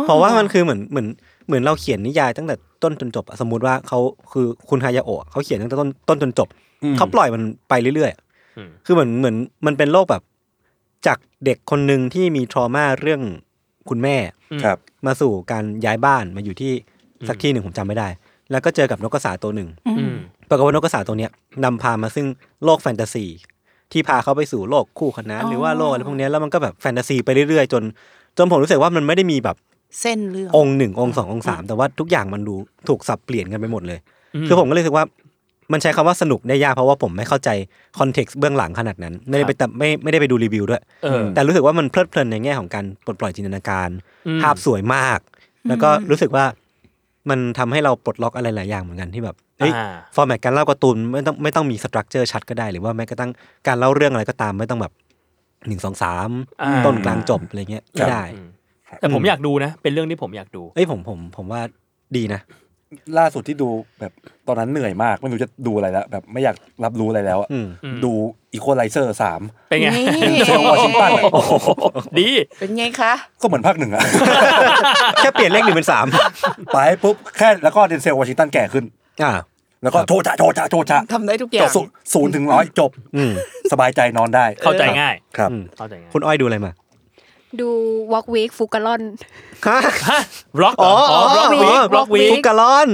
เพราะว่ามันคือเหมือนเหมือนเหมือนเราเขียนนิยายตั้งแต่ต้นจนจบอะสมมติว่าเขาคือคุณฮายาโอะเขาเขียนตั้งแต่ต้นต้นจนจบเขาปล่อยมันไปเรื่อยๆอะ อืม คือเหมือนเหมือนมันเป็นโลกแบบ จากเด็กคนหนึ่งที่มีทรมาเรื่องคุณแม่ ครับ มาสู่การย้ายบ้านมาอยู่ที่สักที่หนึ่งผมจำไม่ได้ แล้วก็เจอกับนกกระสาตัวหนึ่ง อืม ปรากฏว่านกกระสาตัวเนี้ยนำพามาซึ่งโลกแฟนตาซี ที่พาเขาไปสู่โลกคู่ขนานหรือว่าโลกอะไรพวกเนี้ยแล้วมันก็แบบแฟนตาซีไปเรื่อยๆ จน จนผมรู้สึกว่ามันไม่ได้มีแบบ เส้นเรื่อง องค์หนึ่งองค์สององค์สามแต่ว่าทุกอย่างมันดูถูกสับเปลี่ยนกันไปหมดเลย อืม คือผมก็เลยรู้สึกว่ามันใช้คำว่าสนุกได้ยากเพราะว่าผมไม่เข้าใจคอนเท็กซ์เบื้องหลังขนาดนั้น ไม่ได้ไปแต่ไม่ไม่ได้ไปดูรีวิวด้วย เออ แต่รู้สึกว่ามันเพลิดเพลินในแง่ของการปลดปล่อยจินตนาการ อืม ภาพสวยมาก แล้วก็รู้สึกว่ามันทำให้เราปลดล็อกอะไรหลายอย่างเหมือนกันที่แบบเอ้ย อ่า ฟอร์แมตการเล่าการ์ตูนไม่ต้องไม่ต้องมีสตรัคเจอร์ชัดก็ได้ หรือว่าแม้กระทั่งการเล่าเรื่องอะไรก็ตามไม่ต้องแบบหนึ่งสองสาม อ่า ต้นกลางจบอะไรเงี้ยก็ได้ อืมแต่ผม อืม อยากดูนะ เป็นเรื่องที่ผมอยากดู เอ้ยผมผมผมว่าดีนะ ล่าสุดที่ดูแบบตอนนั้นเหนื่อยมากไม่รู้จะดูอะไรแล้ว แบบไม่อยากรับรู้อะไรแล้วอะ อืม ดูอีโคไลเซอร์สาม เป็นไง นี่ เชลวอชิงตันอะ ดี เป็นไงคะ ก็เหมือนภาคหนึ่งอะ แค่เปลี่ยนเลขหนึ่งเป็นสาม <laughs> ไปปุ๊บแค่แล้วก็เดนเซลวอชิงตันแก่ขึ้น อ่า แล้วก็โชจะโชจะโชจะ ทำได้ทุกอย่า จ ง บศูนย์ถึงร้อยจบ อืม สบายใจนอนได้ เข้าใจง่าย ครับ เข้าใจง่าย คุณอ้อยดูอะไรมา ดูวอล์กวีคฟูกาลอน ฮะ ฮะบล็อกอ๋อบล็อกวีบล็อกวี ทุกกะลอน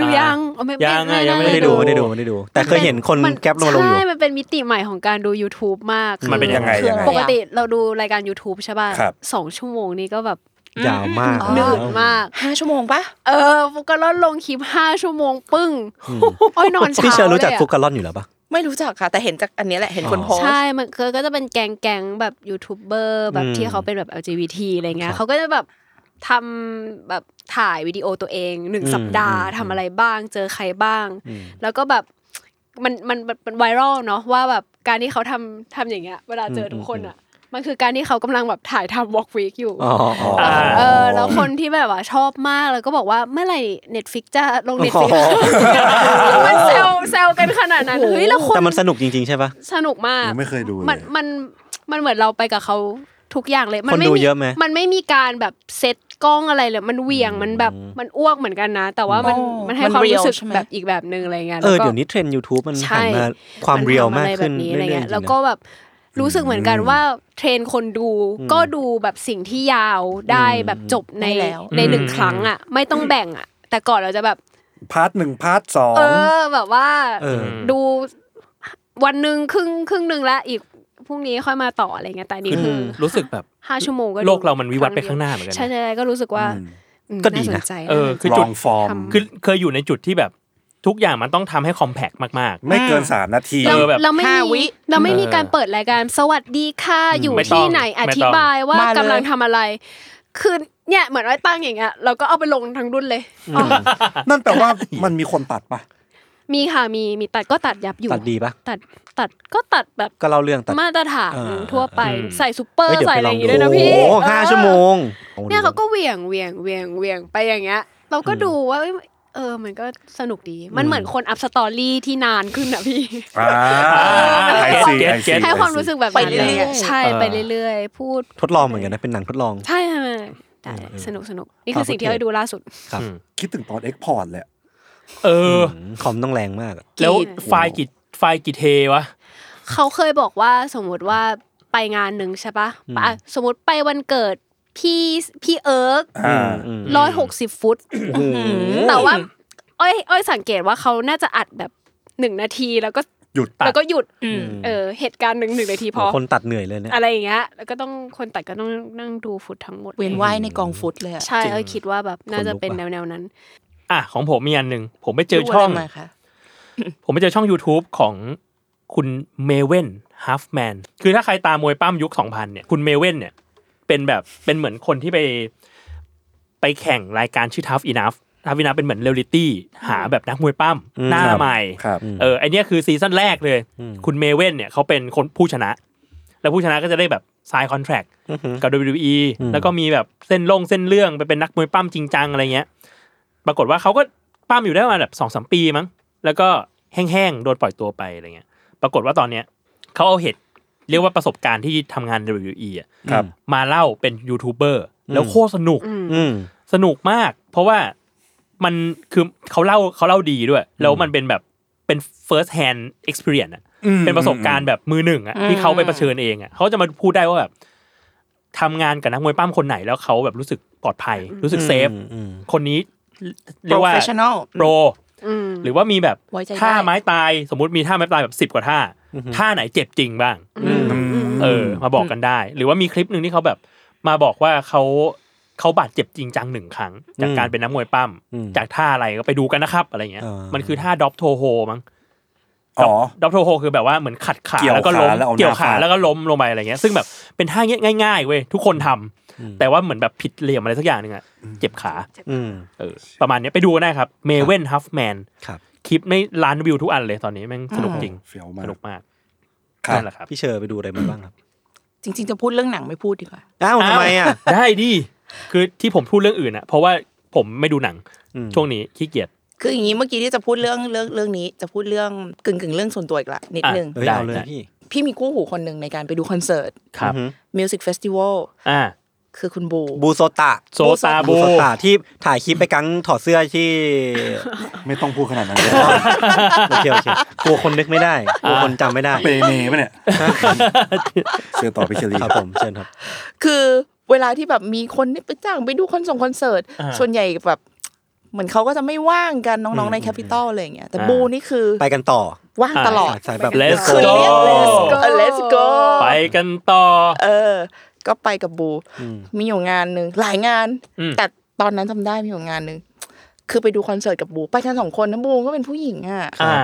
ดู อ่ายั ยังอ๋อไม่ ยังอะ ไม่ ยังไม่ ไม่ได้ดูไม่ได้ดูไม่ได้ดู แต่เคยเห็นคน มั แก๊ปลงมาลงอยู่ ใช่ มันเป็นมิติใหม่ของการดู YouTube มาก มันเป็น คือ ยังไง คืออะไร ปกติเราดูรายการ YouTube ใช่ป่ะ ครับ สองชั่วโมงนี้ก็แบบ ยาวมาก อืม เดือด แล้ว มาก ห้าชั่วโมงปะ เออฟุกกะลอนลงคลิปห้าชั่วโมงปึ้ง อืม โอ้ยนอนเช้า พี่เชอร์รู้จัก ลยอะ ฟุกกะลอนอยู่แล้วปะ ไม่รู้จักค่ะ แต่เห็นจากอันนี้แหละเห็นคนโพสต์ ใช่มันคือก็จะเป็นแกงแกงแบบยูทูบเบอร์แบบ อืม ที่เขาเป็นแบบ LGBT อะไรเงี้ ครั ย บ เขาก็จะแบบทำแบบถ่ายวิดีโอตัวเองหนึ่ง อืม สัปดาห์ อืม ทำอะไรบ้างเจอใครบ้าง อืม แล้วก็แบบมันมันมันมันไวรัลเนาะว่าแบบการที่เขาทำทำอย่างเงี้ย เวลาเจออ ม ทุกคนอ่ะ มันคือการที่เขากำลังแบบถ่ายทำวอล์กวีคอยู่ อ๋ออ๋อ เออแล้วคนที่แบบว่าชอบมากแล้วก็บอกว่าเมื่อไหร่เน็ตฟิกจะลงเน็ตฟิก โอ้โห แล้วมันเซลเซลกันขนาดนั้นเฮ้ยแล้วคน แต่มันสนุกจริงๆใช่ปะ สนุกมาก ยังไม่เคยดูเลย มันมันมันเหมือนเราไปกับเขาทุกอย่างเลยมั คนดูเยอะไหม มันไม่มีการแบบเซตกล้องอะไรเลยมันเหวียงมันแบบมันอ้วกเหมือนกันนะ แต่ว่ามันมันให้ความรู้สึกแบบอีกแบบนึงอะไรเงี้ย เออ แล้วก็ เดี๋ยวนี้เทรนด์ YouTube มัน ใช่ หันมาความเรียลมาก นทำอะขึ้นไแบบอะไร เรื่อ เงี้ ย ย ๆ แล้วก็แบบรู้สึกเหมือนกันว่าเทรนคนดูก็ดูแบบสิ่งที่ยาวได้แบบจบใน ได้แล้ว ในหนึ่งครั้งอ่ะ ไม่ต้องแบ่งอ่ะ แต่ก่อนเราจะแบบ พาร์ทหนึ่งพาร์ทสอง เออแบบว่า เออ ดูวันหนึ่งครึ่งครึ่งหนึ่งละอีกพรุ่งนี้ค่อยมาต่ออะไรเงี้ยแต่อันนี่คืออ รู้สึกแบบ ห้าชั่วโมงก็ดู โลกเรามันวิวัฒน์ไปข้างหน้าเหมือนกันนะ ใช่ใช่ก็รู้สึกว่าอืม ก็ดีนะ าสใจ เออคือ ล จุ อ ด งฟอร์ม คือเคยอยู่ในจุดที่แบบทุกอย่างมันต้องทำให้คอมแพ t มาก ไม่เกินสามนาที เออแบบ เราไม่ ห้าวิ มีเราไม่มีการเปิดรายการสวัสดีค่ะอยู่ ไม่ต้อง ที่ไหนอ ไม่ ธิ ต้อง บายว่า มาเลย กำลังทำอะไร คือเนี่ยเหมือนไว้ตั้งอย่างเงี้ยเราก็เอาไปลงทั้งรุ่นเลยอ๋อ นั่นแปลว่ามันมีคนตัดปะ มีค่ะมีมีตัดก็ตัดยับอยู่ ตัดดีปะ ตัดตัดก็ตัดแบบ ก็เล่าเรื่องตัด มาตรฐาน เออ ทั่วไป อืม ใส่ซูเปอร์ เฮ้ยเดี๋ยว ใส่ ไป อะไร ล อ องดูย่างงี้ด้วยนะพี่ โอ้โหห้า ออ ชั่วโมง เนี่ยเขาก็เหวี่ยงเหวี่ยงเหวี่ยงเหวี่ยงไปอย่างเงี้ย เราก็ดูว่าเอ้ยเออมันก็สนุกดีมันเหมือนคนอัพสตอรี่ที่นานขึ้นอะพี่ อ่าไอซีไอซี เก็ต ให้ความรู้สึกแบบนั้ไปนเรื่อยๆ ลอะใช่ เออ ไปเรื่อยๆ พูด ทดลองเหมือนกันนะเป็นหนังทดลอง ใช่ใช่ได้สนุกสนุกนี่คือสิ่งที่ โอเค เราดูล่าสุด คิดถึงตอนเอ็กพอร์ตเลยอะ ๆ เออ คอมต้องแรงมากอะ แล้วไฟล์กี่ไฟล์กี่เทวะ เขาเคยบอกว่าสมมุติว่าไปงานหนึ่งใช่ปะ อืม ปะสมมติไปวันเกิดพี่พี่เอิร์ก อ่า อืม ร้อยหกสิบฟุต แต่ว่าอ้อยอ้อยสังเกตว่าเขาน่าจะอัดแบบหนึ่งนาทีแล้วก็ หยุดตัด แล้วก็หยุด อืม เออเหตุการณ์หนึ่งหนึ่งนาทีพอ คนตัดเหนื่อยเลยเนี่ย อะไรอย่างเงี้ยแล้วก็ต้องคนตัดก็ต้องนั่งดูฟุตทั้งหมด เวียนว่ายในกองฟุตเลยอะ ใช่เอ้ยคิดว่าแบบน่าจะเป็น คนลุก แน อะ วแนวๆนั้น อ่ะ ของผมมีอันหนึ่ง ผมไปเจอช่อง ดูะไรมาคะ ผมไปเจอช่อง YouTube ของคุณเมเว่นฮัฟแมนคือถ้าใครตามมวยปั้มยุค 2000 เนี่ย คุณเมเว่นเนี่ย เป็นแบบเป็นเหมือนคนที่ไป ไปแข่งรายการชื่อ Tough Enough Tough Enough เป็นเหมือนเรียลลิตี้หาแบบนักมวยปั้ม อืม หน้า ครับ ใหม่ ครับ เออไอเนี้ยคือซีซั่นแรกเลย คุณเมเว่นเนี่ยเขาเป็นคนผู้ชนะ แล้วผู้ชนะก็จะได้แบบซายคอนแทรคกับ WWE แล้วก็มีแบบเส้นลงเส้นเรื่องไปเป็นนักมวยปั้มจริงจังอะไรเงี้ย ปรากฏว่าเขาก็ปั้มอยู่ได้ประมาณแบบสองสมปีมั้ง แล้วก็แห้งๆ โดนปล่อยตัวไปอะไรเงี้ย ปรากฏว่าตอนเนี้ยเขาเอาเหตุเรียกว่าประสบการณ์ที่ทำงาน WWE อะ ครับ มาเล่าเป็นยูทูบเบอร์แล้วโคตรสนุก อืม สนุกมาก เพราะว่ามันคือเขาเล่าเขาเล่าดีด้วย แล้วมันเป็นแบบเป็น first hand experience อะ อืม เป็นประสบการณ์แบบมือหนึ่งอะที่เขาไปเผชิญเองอะเขาจะมาพูดได้ว่าแบบทำงานกับนักมวยปั้มคนไหนแล้วเขาแบบรู้สึกปลอดภัย รู้สึกเซฟ อืม คนนี้ โป เรีย ร กว่า เฟชชั่นอล โปร อืม หรือว่ามีแบบ ไว้ใจได้ ท่าไม้ตายสมมุติมีท่าไม้ตายแบบสิบ10 กว่าท่า ท่าไหนเจ็บจริงบ้าง เออมาบอกกันได้ หรือว่ามีคลิปหนึ่งที่เขาแบบมาบอกว่าเขาเขาบาดเจ็บจริงจังหนึ่งครั้ง จากการเป็นนักมวยปั้ม อืม จากท่าอะไรก็ไปดูกันนะครับอะไรเงี้ย อ่ามั มันคือท่าด็อปโทโฮมั้ง อ๋อ ด็อปโทโฮคือแบบว่าเหมือนขัดขา เกี่ยว แล้วก็ล้ม ขาแล้วเอาหน้า เกี่ยวขา ฟาด แล้วก็ล้มลงไปอะไรเงี้ยซึ่งแบบเป็นท่าเงี้ยง่ายๆเว้ยทุกคนทำแต่ว่าเหมือนแบบผิดเหลี่ยมอะไรสักอย่างหนึ่งอะเจ็บขา อืม เออประมาณเนี้ยไปดูกันได้ครับเมเว่นฮัฟแมน ครับ คลิปไม่ล้านวิวทุกอันเลยตอนนี้แม่งสนุกจริง เฟี้ยวมา ส ก นุกมาก ครั นั่ บ นแหละครับ พี่เชอร์ไปดูอะไรมาบ้างครับ จริง ๆ จะพูดเรื่องหนังไม่พูดดีกว่า อ้าวทำไมอ่ะ <laughs> าวได้ดิ คือที่ผมพูดเรื่องอื่นอะเพราะว่าผมไม่ดูหนัง อืม ช่วงนี้ขี้เกียจ คืออย่างนี้เมื่อกี้ที่จะพูดเรื่องเรื่องเรื่องนี้ จะพูดเรื่องกึ่งกึ่งๆเรื่องส่วนตัวอีกละนิดนึง เฮ้ย ได้ เอาเลยพี่ พี่มีกู้หูคนหนึ่งในการไปดูคอนเสิร์ต ครับ มิวสิกเฟสติวัล อ่า คือคุณบู บูโซตะ โซตาบู โซตะที่ถ่ายคลิปไปกังถอดเสื้อที่ ไม่ต้องพูดข <laughs> นาดนั้นเลย โอเคโอเคกลัวคนนึกไม่ได้กลัวคนจำไม่ได้ เปเม <laughs> ปะเนี่ยเชื่อต่อไปเชอรี่ ครับผมเชิญครับ คือเวลาที่แบบมีคนไปจ้างไปดูคอนส่งคอนเสิร์ต อ่า ส่วนใหญ่แบบเหมือนเขาก็จะไม่ว่างกันน้องๆในแคปิตอลอะไรอย่างเงี้ยแต่ อ่า บูนี่คือ ไปกันต่อ ว่างตลอด สายแบบ Let's คือ go เรียก let's go let's go ไปกันต่อ เออ ก็ไปกับบู มีอยู่งานหนึ่งหลายงาน อืม แต่ตอนนั้นจำได้มีอยู่งานหนึ่งคือไปดูคอนเสิร์ตกับบู ไปกันสองคนนะบูก็เป็นผู้หญิงอ่ะ อ่า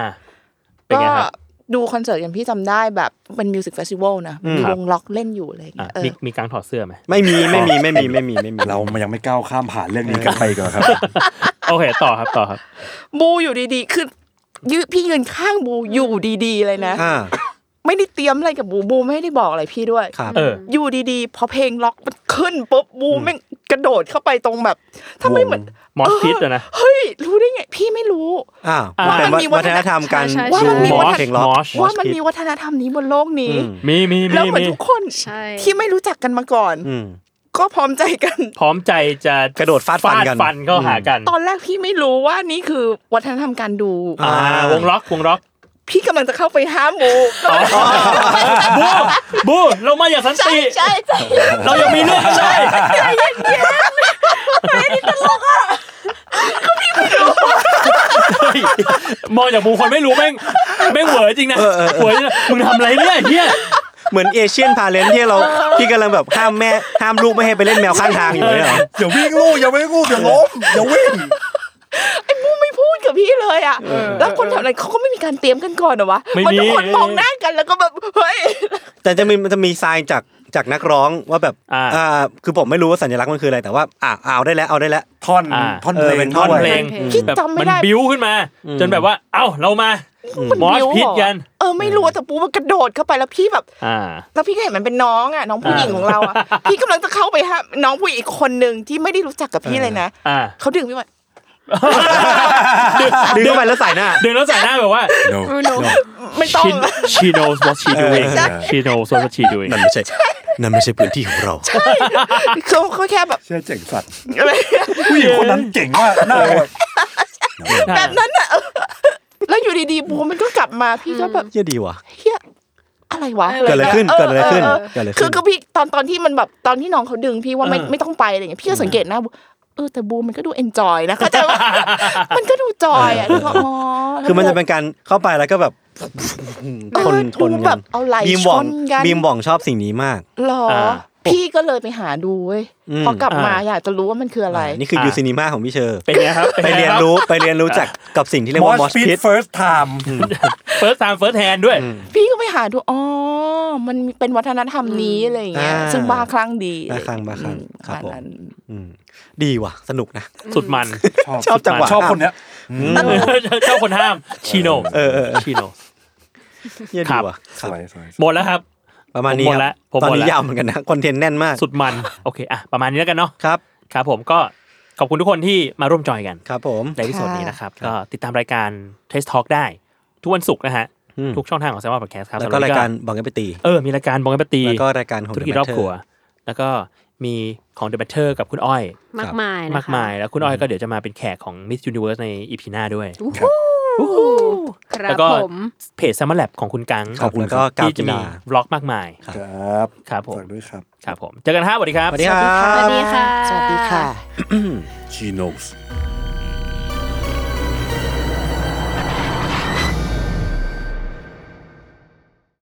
เป็น ก็ ไงครับ ดูคอนเสิร์ตอย่างพี่จำได้แบบเป็นมิวสิกเฟสติวัลนะ อืม มีวงล็อกเล่นอยู่อะไรอย่าง อ่ะ เงี้ยเออ มีมีกางถอดเสื้อไหม ไม่มีไม่มีไม่มีไม่มีไม่มี เรามันยังไม่ก้าวข้ามผ่านเรื่องนี้กันไปก่อนครับ โอเคต่อครับต่อครับ บูอยู่ดีๆคือยืนพี่ยืนข้างบูอยู่ดีๆเลยนะ อ่า ไม่ได้เตรียมอะไรกับบูบูไม่ได้บอกอะไรพี่ด้วย ครับ เออ อยู่ดีๆ พอเพลงล็อกมันขึ้นปุ๊บบูแม่งกระโดดเข้าไปตรงแบบถ้าไม่เหมือน มอสพิษอะนะ เฮ้ย รู้ได้ไง พี่ไม่รู้ อ้าว อ่า มันเป็น มันมีวั วั ฒ ฒนนธ ธ ร ร ร ร ม มการ ใช่ใช่ ว่ามันมี ดู วัฒน เพลงล็อก Mosh ว่ามันมีวัฒนธรรมนี้บนโลกนี้ อืม มีมี แล้ มี วเหมือน มี ทุกคน ใช่ ที่ไม่รู้จักกันมาก่อน อืม ก็พร้อมใจกัน พร้อมใจจะ กระโดดฟาดฟันกัน ฟฟันเข้าหากัน ตอนแรกพี่ไม่รู้ว่านี่คือวัฒนธรรมการดู อ่าวงล็อกวงล็อก พี่กำลังจะเข้าไปห้ามบู บูบูเรามาอย่างสัน ใช่ ติ ใช่ใช่ เรายังมีเรื่องกันเลยเฮ้ยมองจากมุมคนไม่รู้แม่งแม่งเหวอจริงนะเหวอจริงนะมึงทำอะไรเนี่ยเฮีย เหมือนเอเชียนพาเลนที่เราที่กำลังแบบห้ามแม่ห้ามลูกไม่ให้ไปเล่นแมวข้างทางอยู่เนี่ยเหรอ อย่าวิ่งลูกอย่าวิ่งลูกอย่าล้มอย่าวิ่ง บูไม่พูดกับพี่เลยอ่ะแล้วคนแถวนั้นเขาก็ไม่มีการเตรียมกันก่อนเหรอวะ ไม่มี มันทุกคนมองหน้ากันแล้วก็แบบเฮ้ย แต่จะมีมันจะมีทรายจากจากนักร้องว่าแบบ อ่า คือผมไม่รู้ว่าสัญลักษณ์มันคืออะไรแต่ว่าอ่าเอาได้แล้วเอาได้แล้ว ท่อน อ่า ท่อน เอ เพ อ ล เป็ ง นท่ ท่อ อน น เพลง เพลง แบบ จำไม่ มัน ได้ บิ้วขึ้นมา จนแบบว่า เอ้าเรามา มัน มอส บิ้ว พิษ เหรอ กัน เออไม่รู้แต่ปูมันกระโดดเข้าไปแล้วพี่แบบ อ่า แล้วพี่ก็เห็นมันเป็นน้องอ่ะน้องผู้หญิง อ่า ของเราอ่ะ พี่กำลังจะเข้าไปฮะน้องผู้หญิงอีกคนหนึ่งที่ไม่ได้รู้จักกับพี่เลยนะ อ่า เขาดึงพี่มา ดึงเข้าไปแล้วใส่หน้า เดินแล้วใส่หน้าแบบว่า โน ไม่ต้อง she <laughs> she knows what she doing ใช่ she knows what she doing นั่นไม่ใช่ นั่นไม่ใช่พื้นที่ของเรา เขาเขาแค่แบบ เชื่อเจ๋งสัตว์ อะไร ผู้หญิงคนนั้นเก่งมากหน้าแบบ แบบนั้นอ่ะเออ <laughs> แล้วอยู่ดีๆบูมันก็กลับมาพี่ก็แบบ เยี่ยดีว่ะ เฮียอะไรวะเกิเกิด ด อะ อะไรไรขึ้ ขึ้น น เกิดอะไรขึ้น เออ เกิดอะไร คื ขึ้ อน ก็พี่ตอนตอนที่มันแบบตอนที่น้องเขาดึงพี่ว่าไม่ เออ ไม่ต้องไปอะไรอย่างเงี้ยพี่ก็สังเกตหนะเออแต่บูมันก็ดูเอนจอยนะเข้าใจว่า มันก็ดูจอยอ่ะแล้วก็อ๋อแล้ว คือมันจะเป็นการเข้าไปแล้วก็แบบทนทน เออดูแบ กับ น เอาไหล บีม ช หว่อง นกัน บีมหว่องชอบสิ่งนี้มาก หรอ อ่า พี่ก็เลยไปหาดูเว้ย อืม พอกลับมา อ่า อยากจะรู้ว่ามันคืออะไร นี่คือ ค่ะ ยูซินีมาของพี่เชอร์ เป็นไงครับ ไปเรียนรู้ไปเรียนรู้จากกับสิ่งที่เรียก มอ ว่า ส Mosh ฟิ Pit ต first time เฟิร์สไทม์เฟิร์สแฮนด้วย พี่ก็ไปหาดูอ๋อมันเป็นวัฒนธรรมนี้อะไรอย่างเงี้ย อ่า ซึ่งบ้าคลั่งดี บ้าคลั่งบ้าคลั่ง อืม ครับผม ปะาณนั้น อืมดีว่ะ สนุกนะ สุดมัน <laughs> ชอบจังหวะ ชอบคนเนี้ย เจ้าคนห้าม she knows เออเออเออ she knows เยี่ยดีว่ะค ส รับ วยสวย หมดแล้วครับ ประมาณนี้ ผมคหมด รั ละ บ ผมหมด ตอนนี้ ละ ยาวเหมือนกันนะคอนเทนต์แน่นมาก สุดมัน โอเคอ่ะประมาณนี้แล้วกันเนาะ ครับ ครับผมก็ขอบคุณทุกคนที่มาร่วมจอยกัน ครับผม ในที่สุดนี้นะครับ ก็ติดตามรายการ Test Talk ได้ ทุกวันศุกร์นะฮะ อืม ทุกช่องทางของ s ซมมอนพอดแคสต์ครับ แล้วก็ สำห รายการบังกันไปตี เออมีรายการบองกันปตี แล้วก็รายการของ ธุร The กิจรอบ Matter ครัว แล้วก็มีของ The Matter กับคุณอ้อย มากมายนะคะ มากมาย แล้วคุณอ้อยก็เดี๋ยวจะมาเป็นแขกของ Miss Universe ใน EP หน้าด้วย อู้หูครั แล้ บ วก็ ผม เพจ Summer Lab ของคุณกัง ครับแล้วก็กาว ที่ กี จะมี ฬา บล็อกมากมาย ครับ ครับผม ฝากด้วยครับ ครับผม เจอกันครับสวัสดีครับ สวัสดีครับสวัสดีค่ะ สวัสดีค่ะ she knows